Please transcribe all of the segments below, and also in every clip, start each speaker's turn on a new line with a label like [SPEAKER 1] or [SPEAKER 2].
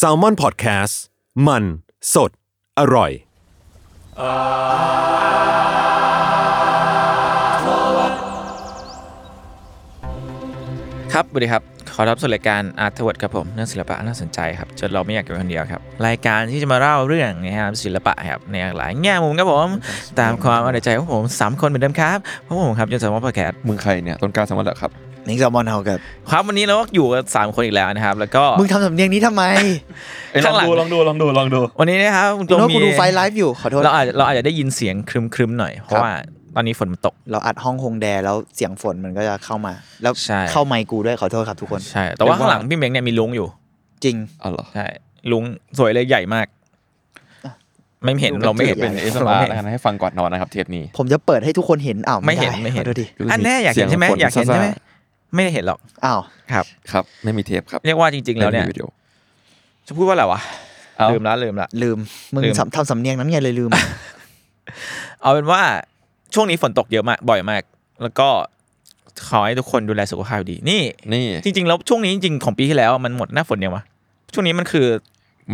[SPEAKER 1] s a l m o n PODCAST มันสดอร่อย
[SPEAKER 2] ครับสวัสดีครับ ขอรับสู่รายการอาร์ทเวิร์ดครับผมเรื่องศิลปะน่าสนใจครับจนเราไม่อยากอยู่คนเดียวครับ รายการที่จะมาเล่าเรื่องนะครับศิลปะครับในหลายแง่มุมครับผม ตามความเอาใจของผมสามคนเหมือนเดิมครับพวกผมครับจนสมมติพอแคส
[SPEAKER 3] มึงใครเนี่ยต้นกล้าสามัติเหรอครับ
[SPEAKER 4] นิกซอมอนเฮากับ
[SPEAKER 2] ครับวันนี้เราก็อยู่กันสามคนอีกแล้วนะครับ แล้วก็
[SPEAKER 4] มึงทำสำเนียงนี้ทำไม
[SPEAKER 3] เอ้ยล
[SPEAKER 2] ข้า
[SPEAKER 3] อง
[SPEAKER 2] งหลัง
[SPEAKER 3] ดูลองดูลองดูลองดู
[SPEAKER 2] วันนี้นะครับ
[SPEAKER 4] โน้ต
[SPEAKER 2] มี
[SPEAKER 4] กูดูไฟล์ไลฟ์อยู่ ขอโทษ
[SPEAKER 2] เราอาจเราอาจจะได้ยินเสียงครึมๆหน่อยเพ
[SPEAKER 4] ครั
[SPEAKER 2] ราะ
[SPEAKER 4] บ
[SPEAKER 2] ว่าตอนนี้ฝนมันตก
[SPEAKER 4] เราอัดห้องคงแดแล้วเสียงฝนมันก็จะเข้ามา แล้ว
[SPEAKER 2] ใช่
[SPEAKER 4] เข้าไมค์กูด้วยขอโทษครับทุกคน
[SPEAKER 2] ใช่ แต่ว่า
[SPEAKER 3] เรียกว่า
[SPEAKER 2] ข้างหลังพี่เม้งเนี่ยมีลุงอยู่
[SPEAKER 4] จริง
[SPEAKER 3] อ๋อเหรอ
[SPEAKER 2] ใช่ลุงสวยเลยใหญ่มาก ไม่เห็นเราไม่เห็น
[SPEAKER 3] เป็นเอสมาแล้วกันให้ฟังก่อนนอนนะครับเทปนี้
[SPEAKER 4] ผมจะเปิดให้ทุกคนเห็นอ้าว
[SPEAKER 2] ไม่เห็น
[SPEAKER 4] ด้
[SPEAKER 2] ไม่เห็น
[SPEAKER 4] ขอโทษดิ
[SPEAKER 2] อันแน่อยากเห็นใช่ไหม
[SPEAKER 3] เสียงฝน
[SPEAKER 2] อยากเห็นใช่ไหม
[SPEAKER 3] ซ่า
[SPEAKER 2] ไม่ได้เห็นหรอก
[SPEAKER 4] อ้าว
[SPEAKER 2] ครับ
[SPEAKER 3] ครับ ไม่มีเทปครับ
[SPEAKER 2] เรียกว่าจริง ๆ แล้วเนี่ย
[SPEAKER 3] ไม่มีวิดีโอ
[SPEAKER 2] จะพูดว่าอะไรวะ
[SPEAKER 3] เอ้า
[SPEAKER 2] ลืมละลืมละ
[SPEAKER 4] ลืม มึง
[SPEAKER 2] ลืม
[SPEAKER 4] ทำทำสำเนียงนั้นไงเลยลืม
[SPEAKER 2] เอาเป็นว่าช่วงนี้ฝนตกเยอะมากบ่อยมาก แล้วก็ขอให้ทุกคนดูแลสุขภาพดี นี่
[SPEAKER 3] นี่
[SPEAKER 2] จริง ๆ แล้วช่วงนี้จริงๆของปีที่แล้วมันหมดหน้าฝนเนี่ยวะช่วงนี้มันคือ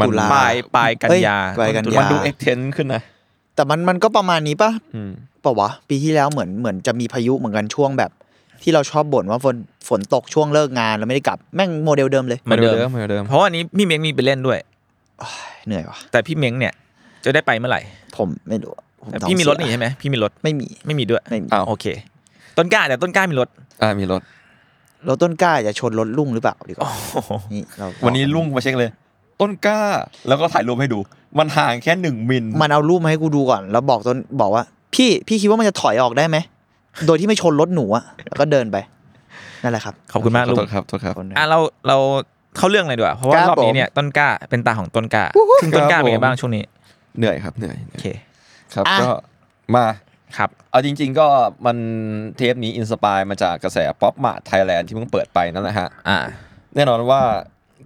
[SPEAKER 3] มัน
[SPEAKER 4] ตุล
[SPEAKER 2] ปลายปลายกันยา
[SPEAKER 4] เอ้ยปลายกันยา
[SPEAKER 3] มันดูเอ็กเทนขึ้นนะ
[SPEAKER 4] แต่มันมันก็ประมาณนี้ปะ
[SPEAKER 3] อืม
[SPEAKER 4] ปะวะ ปีที่แล้วเหมือนเหมือนจะมีพายุเหมือนกันช่วงแบบ ที่เราชอบบ่นว่าฝนฝนตกช่วงเลิกงานแล้วไม่ได้กลับแม่งโมเดลเดิมเลย
[SPEAKER 2] เหมือนเดิม
[SPEAKER 3] เหมือนเดิม
[SPEAKER 2] เพราะว่านี้พี่เม้งมีไปเล่นด้วย
[SPEAKER 4] เหนื่อยว่ะ
[SPEAKER 2] แต่พี่เม้งเนี่ยจะได้ไปเมื่อไหร่
[SPEAKER 4] ผมไม่รู้ผมท้อง
[SPEAKER 2] พี่มีรถนี่
[SPEAKER 4] เสีย
[SPEAKER 2] ใช่ไหมพี่มีรถ
[SPEAKER 4] ไม่มี
[SPEAKER 2] ไม่มีด้วย
[SPEAKER 4] ไม่มี
[SPEAKER 3] อ้าว
[SPEAKER 2] โอเค ต้นกล้าแต่ต้นกล้ามีรถ
[SPEAKER 3] อ่ามีรถ
[SPEAKER 4] รถต้นกล้าจะชนรถลุงหรือเปล่าดีกว่า
[SPEAKER 2] โอ้โห
[SPEAKER 4] นี่เรา
[SPEAKER 3] วันนี้ลุงมาเช็คเลย ต้นกล้าแล้วก็ถ่ายรูปให้ดู มันห่างแค่หนึ่งมิล
[SPEAKER 4] มันเอารูปมาให้กูดูก่อน แล้วบอกต้นบอกว่า พี่พี่คิดว่ามันจะถอยออกได้ไหม โดยที่ไม่ชนรถหนูอะแล้วก็เดินไป นั่นแหละครับ
[SPEAKER 2] ขอบคุณมากลุง
[SPEAKER 3] โทษครับโทษครับ
[SPEAKER 4] ขอบคุณนะ
[SPEAKER 2] อ่ะเราเราเข้าเรื่องเลยดีกว่าเพราะว่า
[SPEAKER 4] ครับ
[SPEAKER 2] รอบนี้
[SPEAKER 4] ผม
[SPEAKER 2] เนี่ยต้นกล้าเป็นตาของต้นกล้าซึ่งต้นกล้า
[SPEAKER 3] ครับ
[SPEAKER 2] เป็นไง
[SPEAKER 3] ผม
[SPEAKER 2] บ้างช่วงนี้
[SPEAKER 3] เหนื่อยครับเหนื่อย
[SPEAKER 2] โอ
[SPEAKER 3] เหนื่อย
[SPEAKER 2] เค
[SPEAKER 3] ครับ
[SPEAKER 4] อ่ะ
[SPEAKER 3] ก็มา
[SPEAKER 2] ครับ
[SPEAKER 3] เอาจริง ๆ ก็มันเทปนี้อินสปายมาจากกระแสป๊อปมาไทยแลนด์ที่เพิ่งเปิดไปนั่นแหละฮะ
[SPEAKER 2] อ่า
[SPEAKER 3] แน่นอนว่า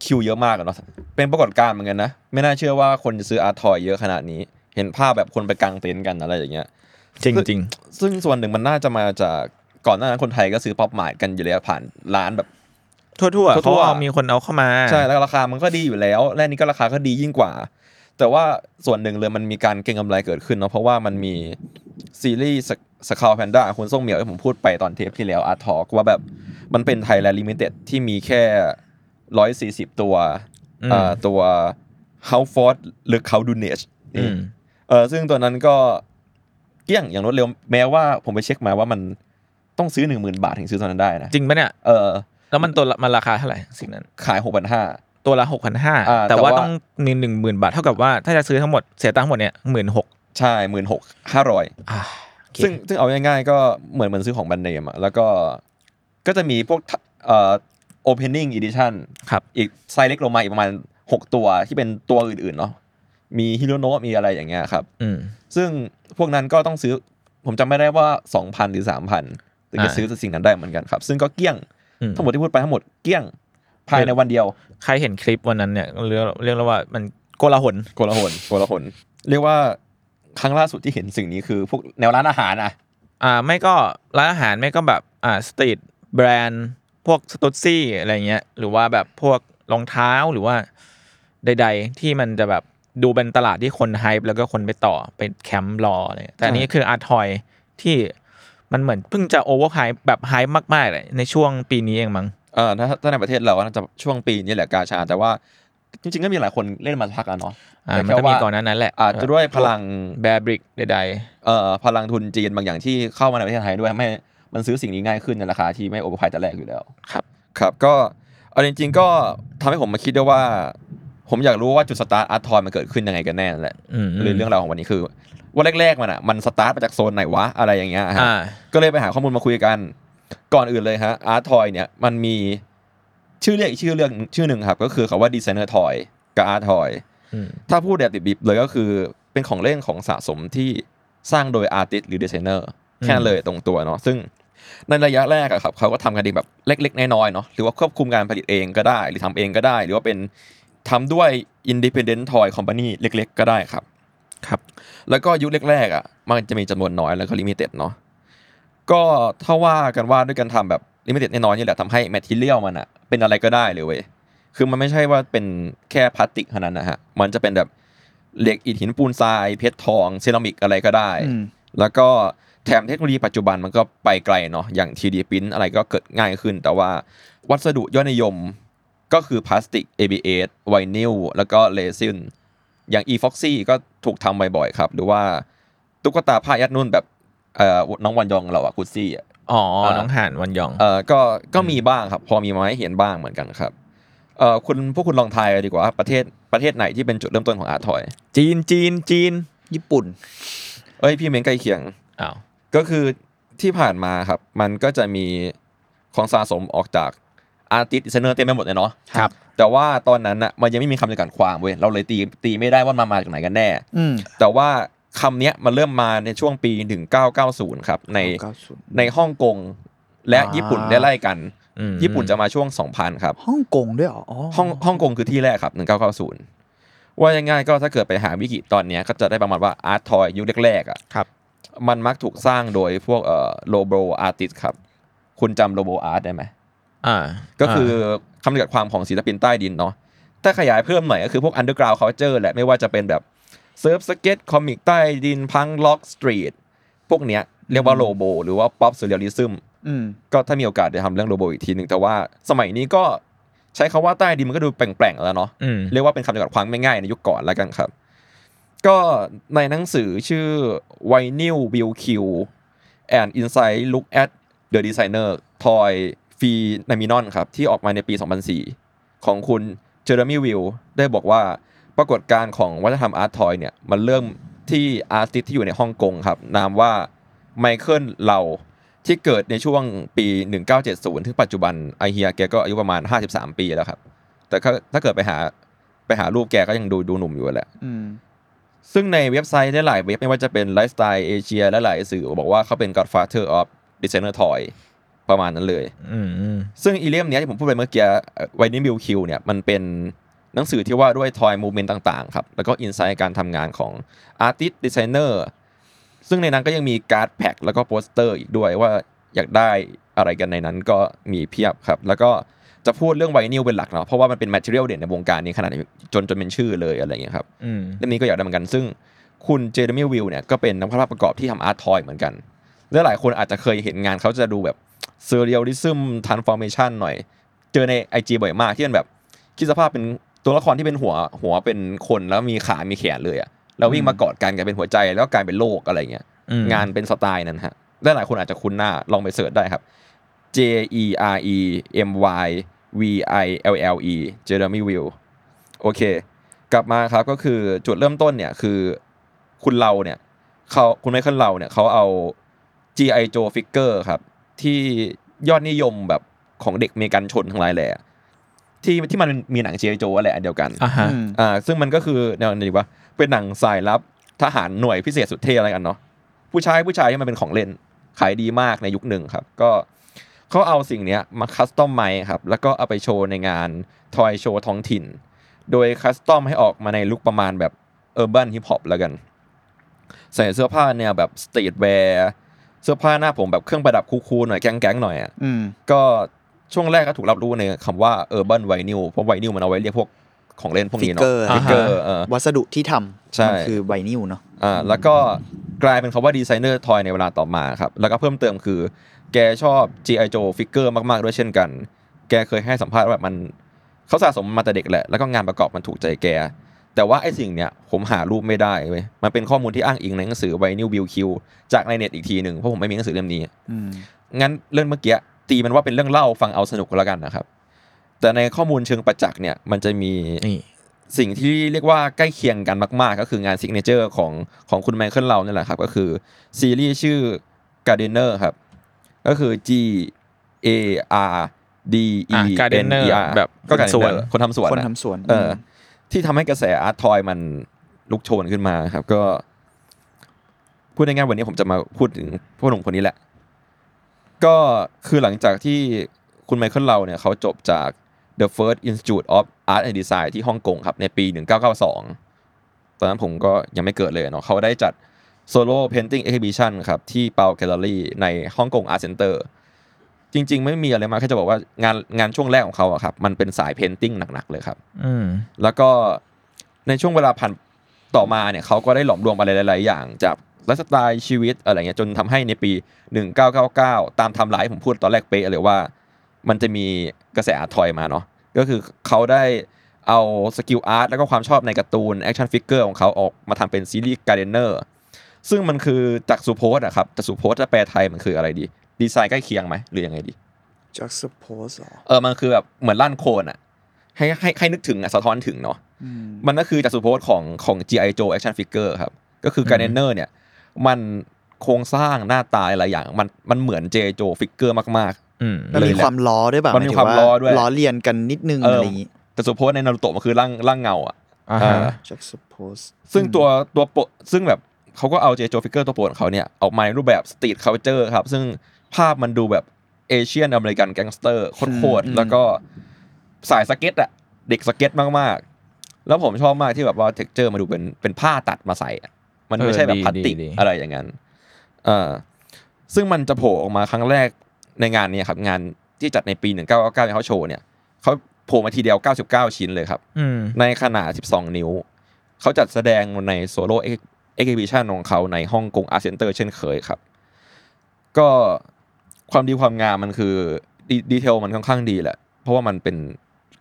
[SPEAKER 3] คิวเยอะมากอะเนาะเป็นปรากฏการณ์เหมือนกันนะ ไม่น่าเชื่อว่าคนจะซื้ออาร์ทอยเยอะขนาดนี้ เห็นภาพแบบคนไปกางเต็นท์กันอะไรอย่างเงี้ย
[SPEAKER 2] จริง
[SPEAKER 3] คือ
[SPEAKER 2] จริง
[SPEAKER 3] ซึ่งส่วนหนึ่งมันน่าจะมาจากก่อนหน้านั้นคนไทยก็ซื้อป๊อปมาร์ทกันอยู่แล้วผ่านร้านแบบ
[SPEAKER 2] ทั่วทั่วๆ
[SPEAKER 3] ทั่วๆ
[SPEAKER 2] เขาเอามีคนเอาเข้ามา
[SPEAKER 3] ใช่แล้วราคามันก็ดีอยู่แล้ว และนี่ก็ราคาก็ดียิ่งกว่า แต่ว่าส่วนหนึ่งเลยมันมีการเก็งกำไรเกิดขึ้นเนาะเพราะว่ามันมีซีรีส์สคาวแพนด้าคุณส่งเหมียวที่ผมพูดไปตอนเทปที่แล้วอาร์ทอกว่าแบบมันเป็นไทยแลนด์ลิมิเต็ดที่มีแค่ร้อยสี่สิบตัว
[SPEAKER 2] อืม
[SPEAKER 3] อ่าตัว h o w f o r d หรือ h o w d u n a g e
[SPEAKER 2] อืม
[SPEAKER 3] เออซึ่งตัวนั้นก็เกลี้ยงอย่างรวดเร็วแม้ว่าผมไปเช็คมาว่ามันต้องซื้อ 1 0,000 บาทถึงซื้อตัวนั้นได้นะ
[SPEAKER 2] จริงปะเนี่ย
[SPEAKER 3] เออ
[SPEAKER 2] แล้วมันตัวละมันราคาเท่าไหร่สิ่งนั้น
[SPEAKER 3] ขาย 6,500
[SPEAKER 2] ตัวละหกพันห้า
[SPEAKER 3] อ่าแต่
[SPEAKER 2] แต่ว่า
[SPEAKER 3] ว่า
[SPEAKER 2] ต้องหนึ่งหนึ่งหมื่นบาทเท่ากับว่าถ้าจะซื้อทั้งหมดเสียตังค์ทั้งหมดเนี่ยหมื่นหก
[SPEAKER 3] ใช่ 16,500
[SPEAKER 2] อ่าโอเค
[SPEAKER 3] ซึ่งซึ่งเอาง่ายๆก็เหมือนเหมือนซื้อของแบรนด์เนมอะแล้วก็ก็จะมีพวกเอ่อ opening edition
[SPEAKER 2] ครับ
[SPEAKER 3] อีกไซส์เล็กลงมาอีกประมาณ 6 ตัวที่เป็นตัวอื่นๆเนาะมีฮิโรโนะมีอะไรอย่างเงี้ยครับ
[SPEAKER 2] อืม
[SPEAKER 3] ซึ่งพวกนั้นก็ต้องซื้อผมจำไม่ได้ว่า 2,000 หรือ 3,000ถึงจะ
[SPEAKER 2] อ่า
[SPEAKER 3] ซื้อสิ่งนั้นได้เหมือนกันครับ ซึ่งก็เกลี้ยง
[SPEAKER 2] อืม
[SPEAKER 3] ทั้งหมดที่พูดไปทั้งหมดเกลี้ยงภายในวันเดียว
[SPEAKER 2] ใครเห็นคลิปวันนั้นเนี่ยเรียกเรียกได้ว่ามันโกลาหล
[SPEAKER 3] โกลาหลโกลาหลเรียกว่าครั้งล่าสุดที่เห็นสิ่งนี้คือพวกแนวร้านอาหารอ่ะ
[SPEAKER 2] อ่าไม่ก็ร้านอาหารไม่ก็แบบอ่าสตรีทแบรนด์พวกสตูดซี่อะไรเงี้ยหรือว่าแบบพวกรองเท้าหรือว่าใด ๆ ที่มันจะแบบดูเป็นตลาดที่คนไฮป์แล้วก็คนไปต่อไปแคมป์รออะไรเงี้ยแต่อันนี้คืออาร์ทอยที่มันเหมือนเพิ่งจะโอเวอร์ไฮแบบไฮป์มากๆเลยในช่วงปีนี้เองมั้ง
[SPEAKER 3] เออถ้าถ้าในประเทศเราก็น่าจะช่วงปีนี้แหละกาชา แต่ว่าจริงๆก็มีหลายคนเล่นมาสักพักแล้วเนาะ
[SPEAKER 2] อ่า
[SPEAKER 3] แต่
[SPEAKER 2] มัน
[SPEAKER 3] แค่
[SPEAKER 2] ก็มี
[SPEAKER 3] ว่า
[SPEAKER 2] ก่อนหนั้นนั้นแหละ
[SPEAKER 3] อาจจะด้วยพลัง
[SPEAKER 2] แบรบริกใด
[SPEAKER 3] เอ่อพลังทุนจีนบางอย่างที่เข้ามาในประเทศไทยด้วยทำให้มันซื้อสิ่งนี้ง่ายขึ้นในราคาที่ไม่โอเวอร์ไพรส์แต่แรกอยู่แล้ว
[SPEAKER 2] ๆ ครับ
[SPEAKER 3] ครับก็เอาจริงๆก็ทำให้ผมมาคิดด้วยว่า ผมอยากรู้ว่าจุดสตาร์ทอาร์ทอยมันเกิดขึ้นยังไงกันแน่นั่นแหละ
[SPEAKER 2] อืม
[SPEAKER 3] หรือเรื่องราวของวันนี้คือว่าแรกๆมันอ่ะมันสตาร์ทมาจากโซนไหนวะอะไรอย่างเงี้ยฮะ
[SPEAKER 2] อ่า
[SPEAKER 3] ก็เลยไปหาข้อมูลมาคุยกัน ก่อนอื่นเลยฮะอาร์ทอยเนี่ยมันมี ชื่อเรียกอีกชื่อเรียกชื่อหนึ่งครับ ก็คือคำว่าดีไซเนอร์ทอยกับอาร์ทอย
[SPEAKER 2] อืม
[SPEAKER 3] ถ้าพูดแบบดิบๆเลยก็คือเป็นของเล่นของสะสมที่สร้างโดยอาร์ติสหรือดีไซเนอร์แค่นั้นเลยตรงตัวเนาะซึ่งในระยะแรกอะครับเขาก็ทำกันเองแบบเล็ก ๆ น้อยๆเนาะหรือว่าควบคุมการผลิตเองก็ได้ หรือทำเองก็ได้ หรือว่าเป็นทำด้วย Independent Toy Company เล็ก ๆ ก็ได้ครับ
[SPEAKER 2] ครับ
[SPEAKER 3] แล้วก็ยุคแรกๆอ่ะมันจะมีจำนวนน้อยแล้วก็ลิมิเต็ดเนาะก็ถ้าว่ากันว่าด้วยการทำแบบลิมิเต็ดน้อยๆนี่แหละทำให้แมทเทียลมันอ่ะเป็นอะไรก็ได้เลยเว้ยคือมันไม่ใช่ว่าเป็นแค่พลาสติกเท่านั้นนะฮะมันจะเป็นแบบเหล็กอิฐหินปูนทรายเพชรทองเซรามิกอะไรก็ได้
[SPEAKER 4] อืม
[SPEAKER 3] แล้วก็แถมเทคโนโลยีปัจจุบันมันก็ไปไกลเนาะอย่าง 3D print อะไรก็เกิดง่ายขึ้น แต่ว่าวัสดุยอดนิยมก็คือพลาสติก ABS ไวนิลแล้วก็เรซินอย่าง eFoxy ก็ถูกทำบ่อยๆครับ หรือว่าตุ๊กตาผ้ายัดนุ่นแบบเอ่อน้องวันยองเราอะกุซี่อะ
[SPEAKER 2] อ๋อ
[SPEAKER 3] อ่า
[SPEAKER 2] น้องหานวันยอง
[SPEAKER 3] เอ่อก็ก็มีบ้างครับ พอมีมาให้เห็นบ้างเหมือนกันครับเอ่อคุณพวกคุณลองทายดีกว่าว่าประเทศประเทศไหนที่เป็นจุดเริ่มต้นของอาร์ทอย
[SPEAKER 2] จีนจีนจีน
[SPEAKER 4] ญี่ปุ่น
[SPEAKER 3] เอ้ยพี่เม้งใกล้เคียง
[SPEAKER 2] อ้าว
[SPEAKER 3] ก็คือที่ผ่านมาครับ มันก็จะมีของสะสมออกจากอาร์ติสต์เซเนอร์เต็มไปหมดเลยเนาะ
[SPEAKER 2] ครับ
[SPEAKER 3] แต่ว่าตอนนั้นอะมันยังไม่มีคำจำกัดความเว้ยเราเลยตีตีไม่ได้ว่ามันมาจากไหนกันแน่
[SPEAKER 4] อืม
[SPEAKER 3] แต่ว่าคำเนี้ยมันเริ่มมาในช่วงปี 1990 ครับ ใน
[SPEAKER 4] เก้าศูนย์
[SPEAKER 3] ในฮ่องกงและ
[SPEAKER 4] อ่า
[SPEAKER 3] ญี่ปุ่นได้ไล่กัน
[SPEAKER 2] อืม
[SPEAKER 3] ญี่ปุ่นจะมาช่วง 2000 ครับ
[SPEAKER 4] ฮ่องกงด้วยเหรออ๋อ
[SPEAKER 3] ฮ่องฮ่องกงคือที่แรกครับ 1990 ว่าง่ายๆก็ถ้าเกิดไปหาวิกิตอนเนี้ยก็จะได้ประมาณว่าอาร์ตทอยยุคแรกๆอ่ะ
[SPEAKER 2] ครับ
[SPEAKER 3] มันมักถูกสร้างโดยพวกเอ่อโลโบอาร์ติสครับ คุณจำโลโบอาร์ตได้ไหม
[SPEAKER 2] อ่า
[SPEAKER 3] ก็คือคำจำกัดความของศิลปินใต้ดินเนาะถ้าขยายเพิ่มหน่อยก็คือพวกอันเดอร์กราวด์เคาเจอร์แหละ ไม่ว่าจะเป็นแบบเซิร์ฟสเก็ตคอมิกใต้ดินพังล็อกสตรีทพวกเนี้ยเรียกว่าโลโบหรือว่าป๊อปซูเรียลิซึม
[SPEAKER 4] อืม
[SPEAKER 3] ก็ถ้ามีโอกาสจะทำเรื่องโลโบอีกทีหนึ่งแต่ว่าสมัยนี้ก็ใช้คาว่าใต้ดินมันก็ดูแปลงๆแล้วเนาะ
[SPEAKER 2] อืม
[SPEAKER 3] เรียกว่าเป็นคำจำกัดความง่ายๆในยุคก่อนแล้วกันครับ ก็ในหนังสือชื่อ Vinyl Bill Q and Inside Look at the Designer Toy f e n o m e n o n ครับ ที่ออกมาในปี 2004 ของคุณเจอร์มี่วิลได้บอกว่าปรากฏการณ์ของวัฒนธรรมอาร์ตทอยเนี่ย มันเริ่มที่อาร์ติสที่อยู่ในฮ่องกงครับ นามว่าไมเคิลเราที่เกิดในช่วงปี 1970 ถึงปัจจุบันไอเฮียแกก็อายุประมาณ 53 ปีแล้วครับ แต่ถ้าถ้าเกิดไปหาไปหารูปแกก็ยังดูดูหนุ่มอยู่แหละ
[SPEAKER 4] อืม
[SPEAKER 3] ซึ่งในเว็บไซต์หลายๆเว็บไม่ว่าจะเป็น Lifestyle Asia และหลายสื่อบอกว่าเขาเป็น Godfather of Designer Toy ประมาณนั้นเลย
[SPEAKER 2] อืมอืม
[SPEAKER 3] ซึ่งอีเลียมเนี้ยที่ผมพูดไปเมื่อกี้ไวนิมิลคิวเนี่ยมันเป็นหนังสือที่ว่าด้วย Toy Movement ต่างๆครับ แล้วก็อินไซต์การทำงานของ Artist Designer ซึ่งในนั้นก็ยังมีการ์ดแพ็คแล้วก็โปสเตอร์อีกด้วยว่าอยากได้อะไรกันในนั้นก็มีเพียบครับ แล้วก็จะพูดเรื่องไวนิลเป็นหลักเนาะเพราะว่ามันเป็นแมทเทียลเด่นในวงการนี้ขนาดนี้จนจนเป็นชื่อเลยอะไรอย่างเงี้ยครับ
[SPEAKER 2] อืม
[SPEAKER 3] เรื่องนี้ก็อยากได้เหมือนกันซึ่งคุณเจเรมี่วิลเนี่ยก็เป็นนักภาพประกอบที่ทำอาร์ตทอยเหมือนกัน และหลายคนอาจจะเคยเห็นงานเขาจะดูแบบเซเรียลลิซึมทันฟอร์เมชันหน่อย เจอใน IG บ่อยมากที่มันแบบคิดสภาพเป็นตัวละครที่เป็นหัวหัวเป็นคนแล้วมีขา มีแขนเลยอะแล้ววิ่งมากอดกันกลายเป็นหัวใจแล้วก็กลายเป็นโลกอะไรเงี้ย
[SPEAKER 2] อืม
[SPEAKER 3] งานเป็นสไตล์นั้นฮะและหลายคนอาจจะคุ้นหน้า ลองไปเสิร์ชได้ครับ J E R E M Y V I L L E Jeremy Will โอเค กลับมาครับก็คือจุดเริ่มต้นเนี่ยคือคุณเราเนี่ยเขาคุณไมเคิลเราเนี่ยเขาเอา G.I. Joe Figure ครับ ที่ยอดนิยมแบบของเด็กอเมริกันชนทั้งหลายแหละที่ที่มันมีหนัง G.I. Joe อะไรอันเดียวกัน
[SPEAKER 2] อ่าฮะ
[SPEAKER 4] อืม
[SPEAKER 3] อ่าซึ่งมันก็คือแนวไหนดีวะเป็นหนังสายลับทหารหน่วยพิเศษสุดเท่อะไรกันเนาะผู้ชายผู้ชายที่มันเป็นของเล่น ขายดีมากในยุคหนึ่งครับ ก็เขาเอาสิ่งเนี้ยมาคัสตอมไมครับ แล้วก็เอาไปโชว์ในงานทอยโชว์ท้องถิ่น โดยคัสตอมให้ออกมาในลุคประมาณแบบเออร์บันฮิปฮอปแล้วกัน ใส่เสื้อผ้าแนวแบบสตรีทแวร์เสื้อผ้าหน้าผมแบบเครื่องประดับคูลๆหน่อยแก๊งๆหน่อยอะ
[SPEAKER 4] อืม
[SPEAKER 3] ก็ช่วงแรกก็ถูกรับรู้ในคำว่า urban vinyl เพราะ vinyl มันเอาไว้เรียกพวกของเล่นพวกนี้เนาะ
[SPEAKER 4] Figure
[SPEAKER 3] ฟิกเกอร์เออ
[SPEAKER 4] วัสดุที่ทำ
[SPEAKER 3] ใช่
[SPEAKER 4] มันคือไวนิลเนาะ
[SPEAKER 3] อ่าแล้วก็กลายเป็นคำว่าดีไซเนอร์ทอยในเวลาต่อมาครับ แล้วก็เพิ่มเติมคือ แกชอบ G.I. Joe ฟิกเกอร์มาก ๆ ด้วยเช่นกัน แกเคยให้สัมภาษณ์ว่าแบบมันเขาสะสมมาแต่เด็กแหละ แล้วก็งานประกอบมันถูกใจแก แต่ว่าไอ้สิ่งเนี้ยผมหารูปไม่ได้เว้ยมันเป็นข้อมูลที่อ้างอิงในหนังสือไวนิวบิลคิวจากในเน็ตอีกทีหนึ่งเพราะผมไม่มีหนังสือเล่มนี้
[SPEAKER 4] อืม
[SPEAKER 3] งั้นเรื่องเมื่อกี้ตีมันว่าเป็นเรื่องเล่าฟังเอาสนุกก็แล้วกันนะครับ แต่ในข้อมูลเชิงประจักษ์เนี่ยมันจะมี
[SPEAKER 2] นี่
[SPEAKER 3] สิ่งที่เรียกว่าใกล้เคียงกันมากๆ ก็คืองานซิกเนเจอร์ของของคุณไมเคิลเราเนี่ยแหละครับ ก็คือซีรีส์ชื่อ Gardener ครับ ก็คือ G A R D E
[SPEAKER 2] อ่ะ
[SPEAKER 3] N
[SPEAKER 2] gardener
[SPEAKER 3] E R
[SPEAKER 2] แบบ
[SPEAKER 3] ก็การ
[SPEAKER 2] ส
[SPEAKER 3] ส
[SPEAKER 2] ว
[SPEAKER 3] วน นคนทำสวน
[SPEAKER 4] คน
[SPEAKER 3] อะ
[SPEAKER 4] ทำสวน
[SPEAKER 3] เออที่ทำให้กระแสอาร์ตทอยมันลุกโชนขึ้นมาครับ ก็ พูดง่ายๆวันนี้ผมจะมาพูดถึงผู้หนุ่มคนนี้แหละ ก็คือหลังจากที่คุณไมเคิลเราเนี่ยเขาจบจาก The First Institute of Art and Design ที่ฮ่องกงครับ ในปี 1992 ตอนนั้นผมก็ยังไม่เกิดเลยเนาะเขาได้จัด Solo Painting Exhibition ครับ ที่เปาแกลเลอรี่ในฮ่องกงอาร์ตเซ็นเตอร์จริง ๆ ไม่มีอะไรมากแค่จะบอกว่างานงานช่วงแรกของเขาอะครับมันเป็นสายเพนติ้งหนักๆเลยครับ
[SPEAKER 2] อืม
[SPEAKER 3] แล้วก็ในช่วงเวลาผ่านต่อมาเนี่ยเขาก็ได้หลอมรวมอะไรหลาย ๆ อย่างจากไลฟ์สไตล์ชีวิตอะไรเงี้ยจนทำให้ในปี 1999 ตามไทำลายผมพูดตอนแรกเป๊ะเลยว่า มันจะมีกระแสอาร์ตทอยมาเนาะก็คือเขาได้เอาสกิลอาร์ตแล้วก็ความชอบในการ์ตูน แอคชั่นฟิกเกอร์ของเขาออกมาทำเป็นซีรีส์การ์เดนเนอร์ซึ่งมันคือจากสุโพสอะครับจากสุโพสถ้าแปลไทยมันคืออะไรดี ดีไซน์ใกล้เคียงไหมหรือยังไงดี
[SPEAKER 4] จากสปอส
[SPEAKER 3] เออมันคือแบบเหมือนล้านโคลนอะให้ให้ให้นึกถึงอะสะท้อนถึงเนาะ มันก็คือจากสุโพสของของ G.I. Joe Action Figure ครับ ก็คือการ์เดนเนอร์เนี่ย มันโครงสร้างหน้าตาหลายอย่าง มันมันเหมือน G.I. Joe Figure มาก
[SPEAKER 2] อืม
[SPEAKER 4] มันมี
[SPEAKER 3] เลยแหละ
[SPEAKER 4] ความล้อด้วยแบบ
[SPEAKER 3] มันมีความล้อด้วย
[SPEAKER 4] ล้อเลียนกันนิดนึง
[SPEAKER 3] เอออ
[SPEAKER 4] อะไรอย่างงี้
[SPEAKER 3] ๆ แต่สุโพสในนารูโตะมันคือร่างร่างเงาอ่ะ
[SPEAKER 2] อ่า
[SPEAKER 3] เอ
[SPEAKER 2] ฮะ
[SPEAKER 3] อ
[SPEAKER 4] จากสปอส
[SPEAKER 3] ซึ่งตัวตัวโปซึ่งแบบเขาก็เอา G.I. Joe Figure ตัวโปรดของเขาเนี่ย ออกมาในรูปแบบ Street Culture ครับ ซึ่งภาพมันดูแบบเอเชียนอเมริกันแก๊งสเตอร์โคตรๆแล้วก็สายสเก็ตอะเด็กสเก็ตมากๆ แล้วผมชอบมากที่แบบว่าเท็กเจอร์มาดูเป็นเป็นผ้าตัดมาใส่อะ มันไม่ใช่แบบพลาสติก
[SPEAKER 2] เออดีดีดี
[SPEAKER 3] อะไรอย่างนั้นเออซึ่งมันจะโผล่ออกมาครั้งแรกในงานเนี้ครับ งานที่จัดในปี 1999ที่เขาโชว์เนี่ยเขาโผล่มาทีเดียว 99 ชิ้นเลยครับ
[SPEAKER 2] อืม
[SPEAKER 3] ในขนาด 12 นิ้ว เขาจัดแสดงในโซโล่เอ็กซิบิชันของเขาในฮ่องกงอาร์เซนเตอร์เช่นเคยครับ ก็ความดีความงามมันคือดีดีเทลมันค่อนข้างดีแหละ เพราะว่ามันเป็น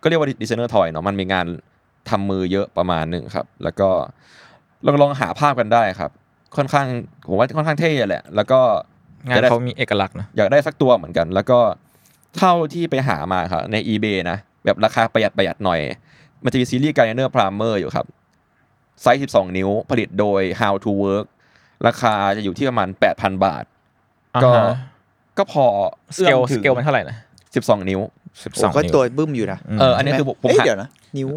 [SPEAKER 3] ก็เรียกว่าดีไซเนอร์ทอยเนาะมันมีงานทำมือเยอะประมาณหนึ่งครับ แล้วก็ลองลองหาภาพกันได้ครับ ค่อนข้างผมว่าค่อนข้างเท่แหละ แล้วก็
[SPEAKER 2] งานเขามีเอกลักษณ์นะ
[SPEAKER 3] อยากได้สักตัวเหมือนกัน แล้วก็เท่าที่ไปหามาครับใน eBay นะ แบบราคาประหยัดประหยัดหน่อย มันจะมีซีรีส์การเนอร์พรามเมอร์อยู่ครับ ไซส์ 12 นิ้ว ผลิตโดย How to Work ราคาจะอยู่ที่ประมาณ 8,000 บาท ก็
[SPEAKER 2] อ่าฮะ
[SPEAKER 3] ก็พอ
[SPEAKER 2] สเกลส
[SPEAKER 3] อื้อมถึง
[SPEAKER 2] เกลมันเท่าไหร่นะ
[SPEAKER 3] 12 นิ้ว
[SPEAKER 2] สิบ
[SPEAKER 4] โอ้
[SPEAKER 2] สอง
[SPEAKER 4] ก็
[SPEAKER 2] นิ้
[SPEAKER 4] ตัว
[SPEAKER 2] ว
[SPEAKER 4] บึ้มอยู่นะ
[SPEAKER 3] เอออันนี้คือผมผม
[SPEAKER 4] เอ้ย
[SPEAKER 3] หา
[SPEAKER 4] เดี๋ยวนะ นิ้ว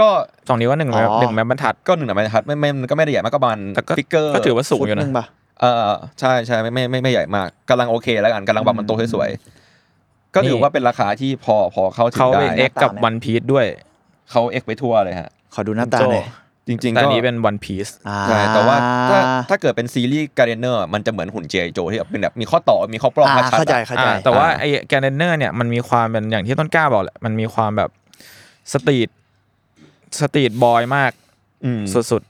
[SPEAKER 3] ก็
[SPEAKER 2] สองนิ้วก็หนึ่ง
[SPEAKER 4] อ๋อ
[SPEAKER 2] แบบหนึ่งแบบบรรทัด
[SPEAKER 3] ก็หนึ่งหน่อยนะครับไม่ไม่มันก็ไม่ได้ใหญ่มากก็ประมาณ
[SPEAKER 2] แต่ก็
[SPEAKER 3] ฟิกเกอร์
[SPEAKER 2] ก็ถือว่าสูงอยู่
[SPEAKER 4] ฟุตห
[SPEAKER 2] นะ
[SPEAKER 4] นึ่งปะ
[SPEAKER 3] เออใช่ใช่ไม่ไมไม่ไม่ใหญ่มากกำลังโอเคแล้วกันกำลังแบบมันโตสวยๆก็ถือว่าเป็นราคาที่พอพอเข้าถึ
[SPEAKER 2] เขา
[SPEAKER 3] ง
[SPEAKER 2] เป็
[SPEAKER 3] ได้
[SPEAKER 2] นเอ็กกับ
[SPEAKER 4] ได้
[SPEAKER 2] วันพี e ด้วย
[SPEAKER 3] เขาเอ็กไปทั่วเลยฮะ
[SPEAKER 4] ขอดูหน้าตา
[SPEAKER 2] โจ
[SPEAKER 4] หน่อย
[SPEAKER 3] จริงๆ
[SPEAKER 2] แต่
[SPEAKER 3] ก็
[SPEAKER 2] อันนี้เป็นวันพีซ
[SPEAKER 4] อ่า
[SPEAKER 3] ใช่แต่ว่าถ้าถ้าเกิดเป็นซีรีส์การ์เดนเนอร์มันจะเหมือนหุ่นเจโจที่แบบเป็นแบบมีข้อต่อมีข้อปลอก
[SPEAKER 4] อ่า
[SPEAKER 3] ชัดๆ
[SPEAKER 4] เข้าใจ
[SPEAKER 3] อะ
[SPEAKER 4] เข้าใจ
[SPEAKER 2] อ่าแต่ว่าไอ้แกนเนอร์เนี่ยมันมีความเป็นอย่างที่ต้นกล้าบอกแหละมันมีความแบบสตรีทสตรีทบอยมาก
[SPEAKER 3] อืม
[SPEAKER 2] สุด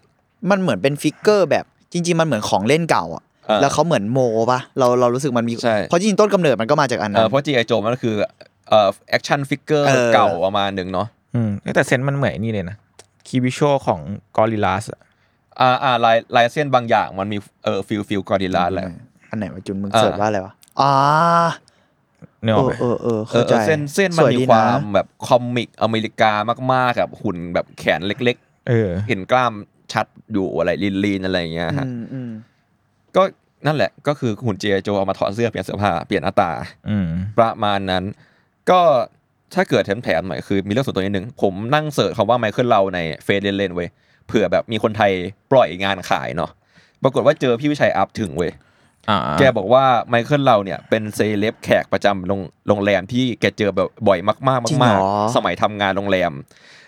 [SPEAKER 4] มันเหมือนเป็นฟิกเกอร์แบบจริง ๆ มันเหมือนของเล่นเก่าอ่ะ
[SPEAKER 3] เออ
[SPEAKER 4] แล้วเขาเหมือนโมปะเราเรารู้สึกมันมี
[SPEAKER 3] ใช่
[SPEAKER 4] เพราะจริงๆต้นกำเนิดมันก็มาจากอัน
[SPEAKER 3] เอ
[SPEAKER 4] นั้
[SPEAKER 3] อน เพราะเจโจมันก็คือเอ่อแอคชั่นฟิกเกอร์
[SPEAKER 4] เออ
[SPEAKER 3] เก่าประมาณหนึ่งเนาะ
[SPEAKER 2] ๆอืมแต่เซนส์มันเหมือนไอ้นี่เลยนะคีวิชวของกอริลาส
[SPEAKER 3] อ่าอ่าลายลายเส้นบางอย่างมันมีเออฟิลฟิลกอริลลาแหละ
[SPEAKER 4] อันไหนวะจุนมึง
[SPEAKER 3] เออ
[SPEAKER 4] เสิร์ชว่าอะไรวะอ่า
[SPEAKER 2] เนื้อ
[SPEAKER 4] เอ
[SPEAKER 2] ออก
[SPEAKER 4] อ
[SPEAKER 2] ไหม
[SPEAKER 4] เออเออ
[SPEAKER 3] เอ
[SPEAKER 4] เข้า
[SPEAKER 3] อ
[SPEAKER 4] ใจ
[SPEAKER 3] เส้นเส้นมัน
[SPEAKER 4] สวย
[SPEAKER 3] มี
[SPEAKER 4] ดีะ
[SPEAKER 3] ความแบบคอมิกอเมริกามากๆกับหุ่นแบบแขนเล็ก
[SPEAKER 2] เออ
[SPEAKER 3] ๆ เห็นกล้ามชัดอยู่อะไรลีนๆอะไรอย่างเงี้ยฮะ
[SPEAKER 4] อืมอืม
[SPEAKER 3] ก็นั่นแหละก็คือหุ่นเจโจเอามาถอดเสื้อเปลี่ยนเสื้อผ้าเปลี่ยนหน้าตา
[SPEAKER 2] อืม
[SPEAKER 3] ประมาณนั้นก็ถ้าเกิดแถมๆหน่อยคือมีเรื่องส่วนตัวนิดนึง ผมนั่งเสิร์ชคำว่าไมเคิลเราในเฟซเล่นๆเว้ยเผื่อแบบมีคนไทยปล่อยงานขายเนาะปรากฏว่าเจอพี่วิชัยอัพถึงเว้ย
[SPEAKER 2] อ่า
[SPEAKER 3] แกบอกว่าไมเคิลเราเนี่ยเป็นเซเลบแขกประจำโรงโรงแรมที่แกเจอแบบบ่อยมากๆมากๆ สมัยทำงานโรงแรม